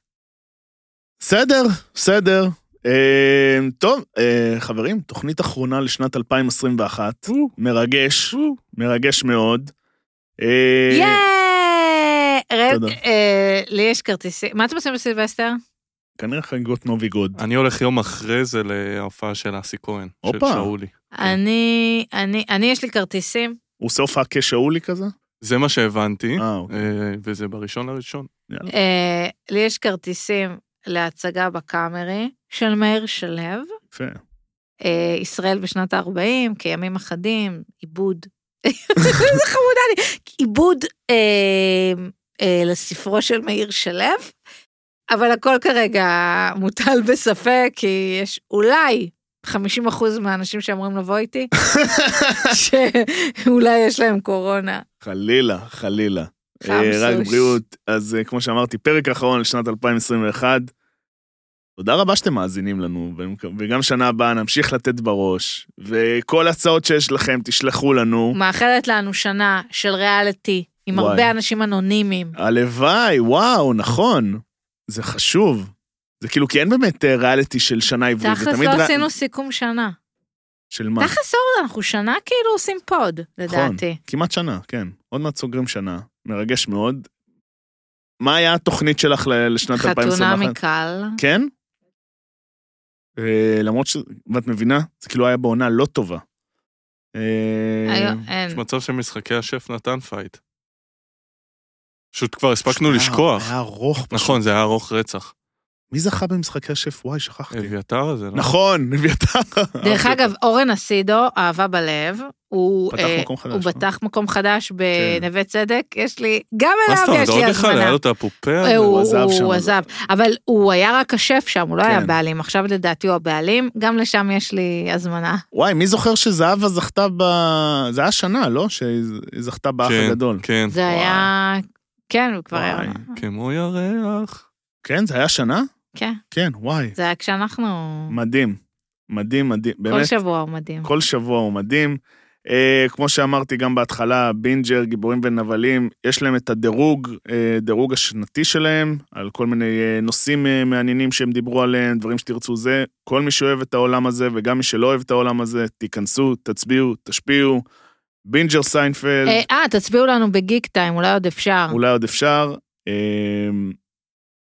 בסדר, בסדר. אה, טוב, אה, חברים, תוכנית אחרונה לשנת 2021. מרגש, מרגש מאוד. אה, יאיי! רגע, תודה. אה, לי יש כרטיסים. מה אתם עושים בסילבסטר? כנראה חגיגות נובי גוד. אני הולך יום אחרי זה להופעה של אסי כהן. של הופה. שאולי. כן. אני, אני, אני יש לי כרטיסים. הוא עושה הופעה כשאולי כזה? זה מה שהבנתי, אה, אוקיי. אה, וזה בראשון לראשון. אה, לי יש כרטיסים להצגה בקאמרי של מאיר שלו, יפה. אה, ישראל בשנות ה-40, כימים אחדים, עיבוד. איזה חמודה לי. עיבוד אה, אה, לספרו של מאיר שלו, אבל הכל כרגע מוטל בספק, כי יש אולי 50% מהאנשים שאמורים לבוא איתי, שאולי יש להם קורונה. חלילה, חלילה. חם אה, רק סוש. בריאות. אז אה, כמו שאמרתי, פרק אחרון לשנת 2021. תודה רבה שאתם מאזינים לנו, ואני- וגם שנה הבאה נמשיך לתת בראש, וכל הצעות שיש לכם תשלחו לנו. מאחלת לנו שנה של ריאליטי, עם וואי. הרבה אנשים אנונימיים. הלוואי, וואו, נכון. זה חשוב. זה כאילו, כי אין באמת אה, ריאליטי של שנה עברית, זה תכלס תמיד... לא ר- עשינו סיכום שנה. של מה? תכלס אורן, אנחנו שנה כאילו עושים פוד, נכון, לדעתי. כמעט שנה, כן. עוד מעט סוגרים שנה. מרגש מאוד. מה היה התוכנית שלך ל- לשנת 2021? חתונה מקל. כן? אה, למרות ש... ואת מבינה? זה כאילו היה בעונה לא טובה. אה, היום- אין. יש מצב שמשחקי השף נתן פייט. פשוט כבר הספקנו לשכוח. היה ארוך פשוט. נכון, זה היה ארוך רצח. מי זכה במשחקי השף? וואי, שכחתי. אביתר הזה, לא? נכון, אביתר. אוקיי. דרך אגב, אורן אסידו, אהבה בלב, הוא פתח אה, מקום חדש, הוא לא? פתח מקום חדש בנווה צדק, יש לי, גם מה זאת אליו אומרת, אה, יש עוד לי אחד, היה הזמנה. לו את הפופה. אה, הזה. הוא עזב שם, הוא אבל- עזב, אבל הוא היה רק השף שם, הוא לא היה כן. בעלים, עכשיו לדעתי הוא הבעלים, גם לשם יש לי הזמנה. וואי, מי זוכר שזהבה זכתה ב... זה היה השנה, לא? שהיא זכתה באח כן, הגדול. כן, זה היה, כן, הוא כבר היה, וואי. כמו ירח. כן, זה היה שנה? כן, כן, וואי. זה היה כשאנחנו, מדהים. מדהים, מדהים. כל באמת, שבוע הוא מדהים. כל שבוע הוא מדהים. אה, כמו שאמרתי גם בהתחלה, בינג'ר, גיבורים ונבלים, יש להם את הדירוג, אה, דירוג השנתי שלהם, על כל מיני אה, נושאים אה, מעניינים שהם דיברו עליהם, דברים שתרצו זה. כל מי שאוהב את העולם הזה וגם מי שלא אוהב את העולם הזה, תיכנסו, תצביעו, תשפיעו. בינג'ר סיינפלד, אה, אה, תצביעו לנו בגיק טיים, אולי עוד אפשר. אולי עוד אפשר. אה,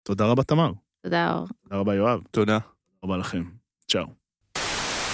תודה רבה, תמר. תודה אור. תודה רבה, יואב. תודה. תודה רבה לכם. צ'או.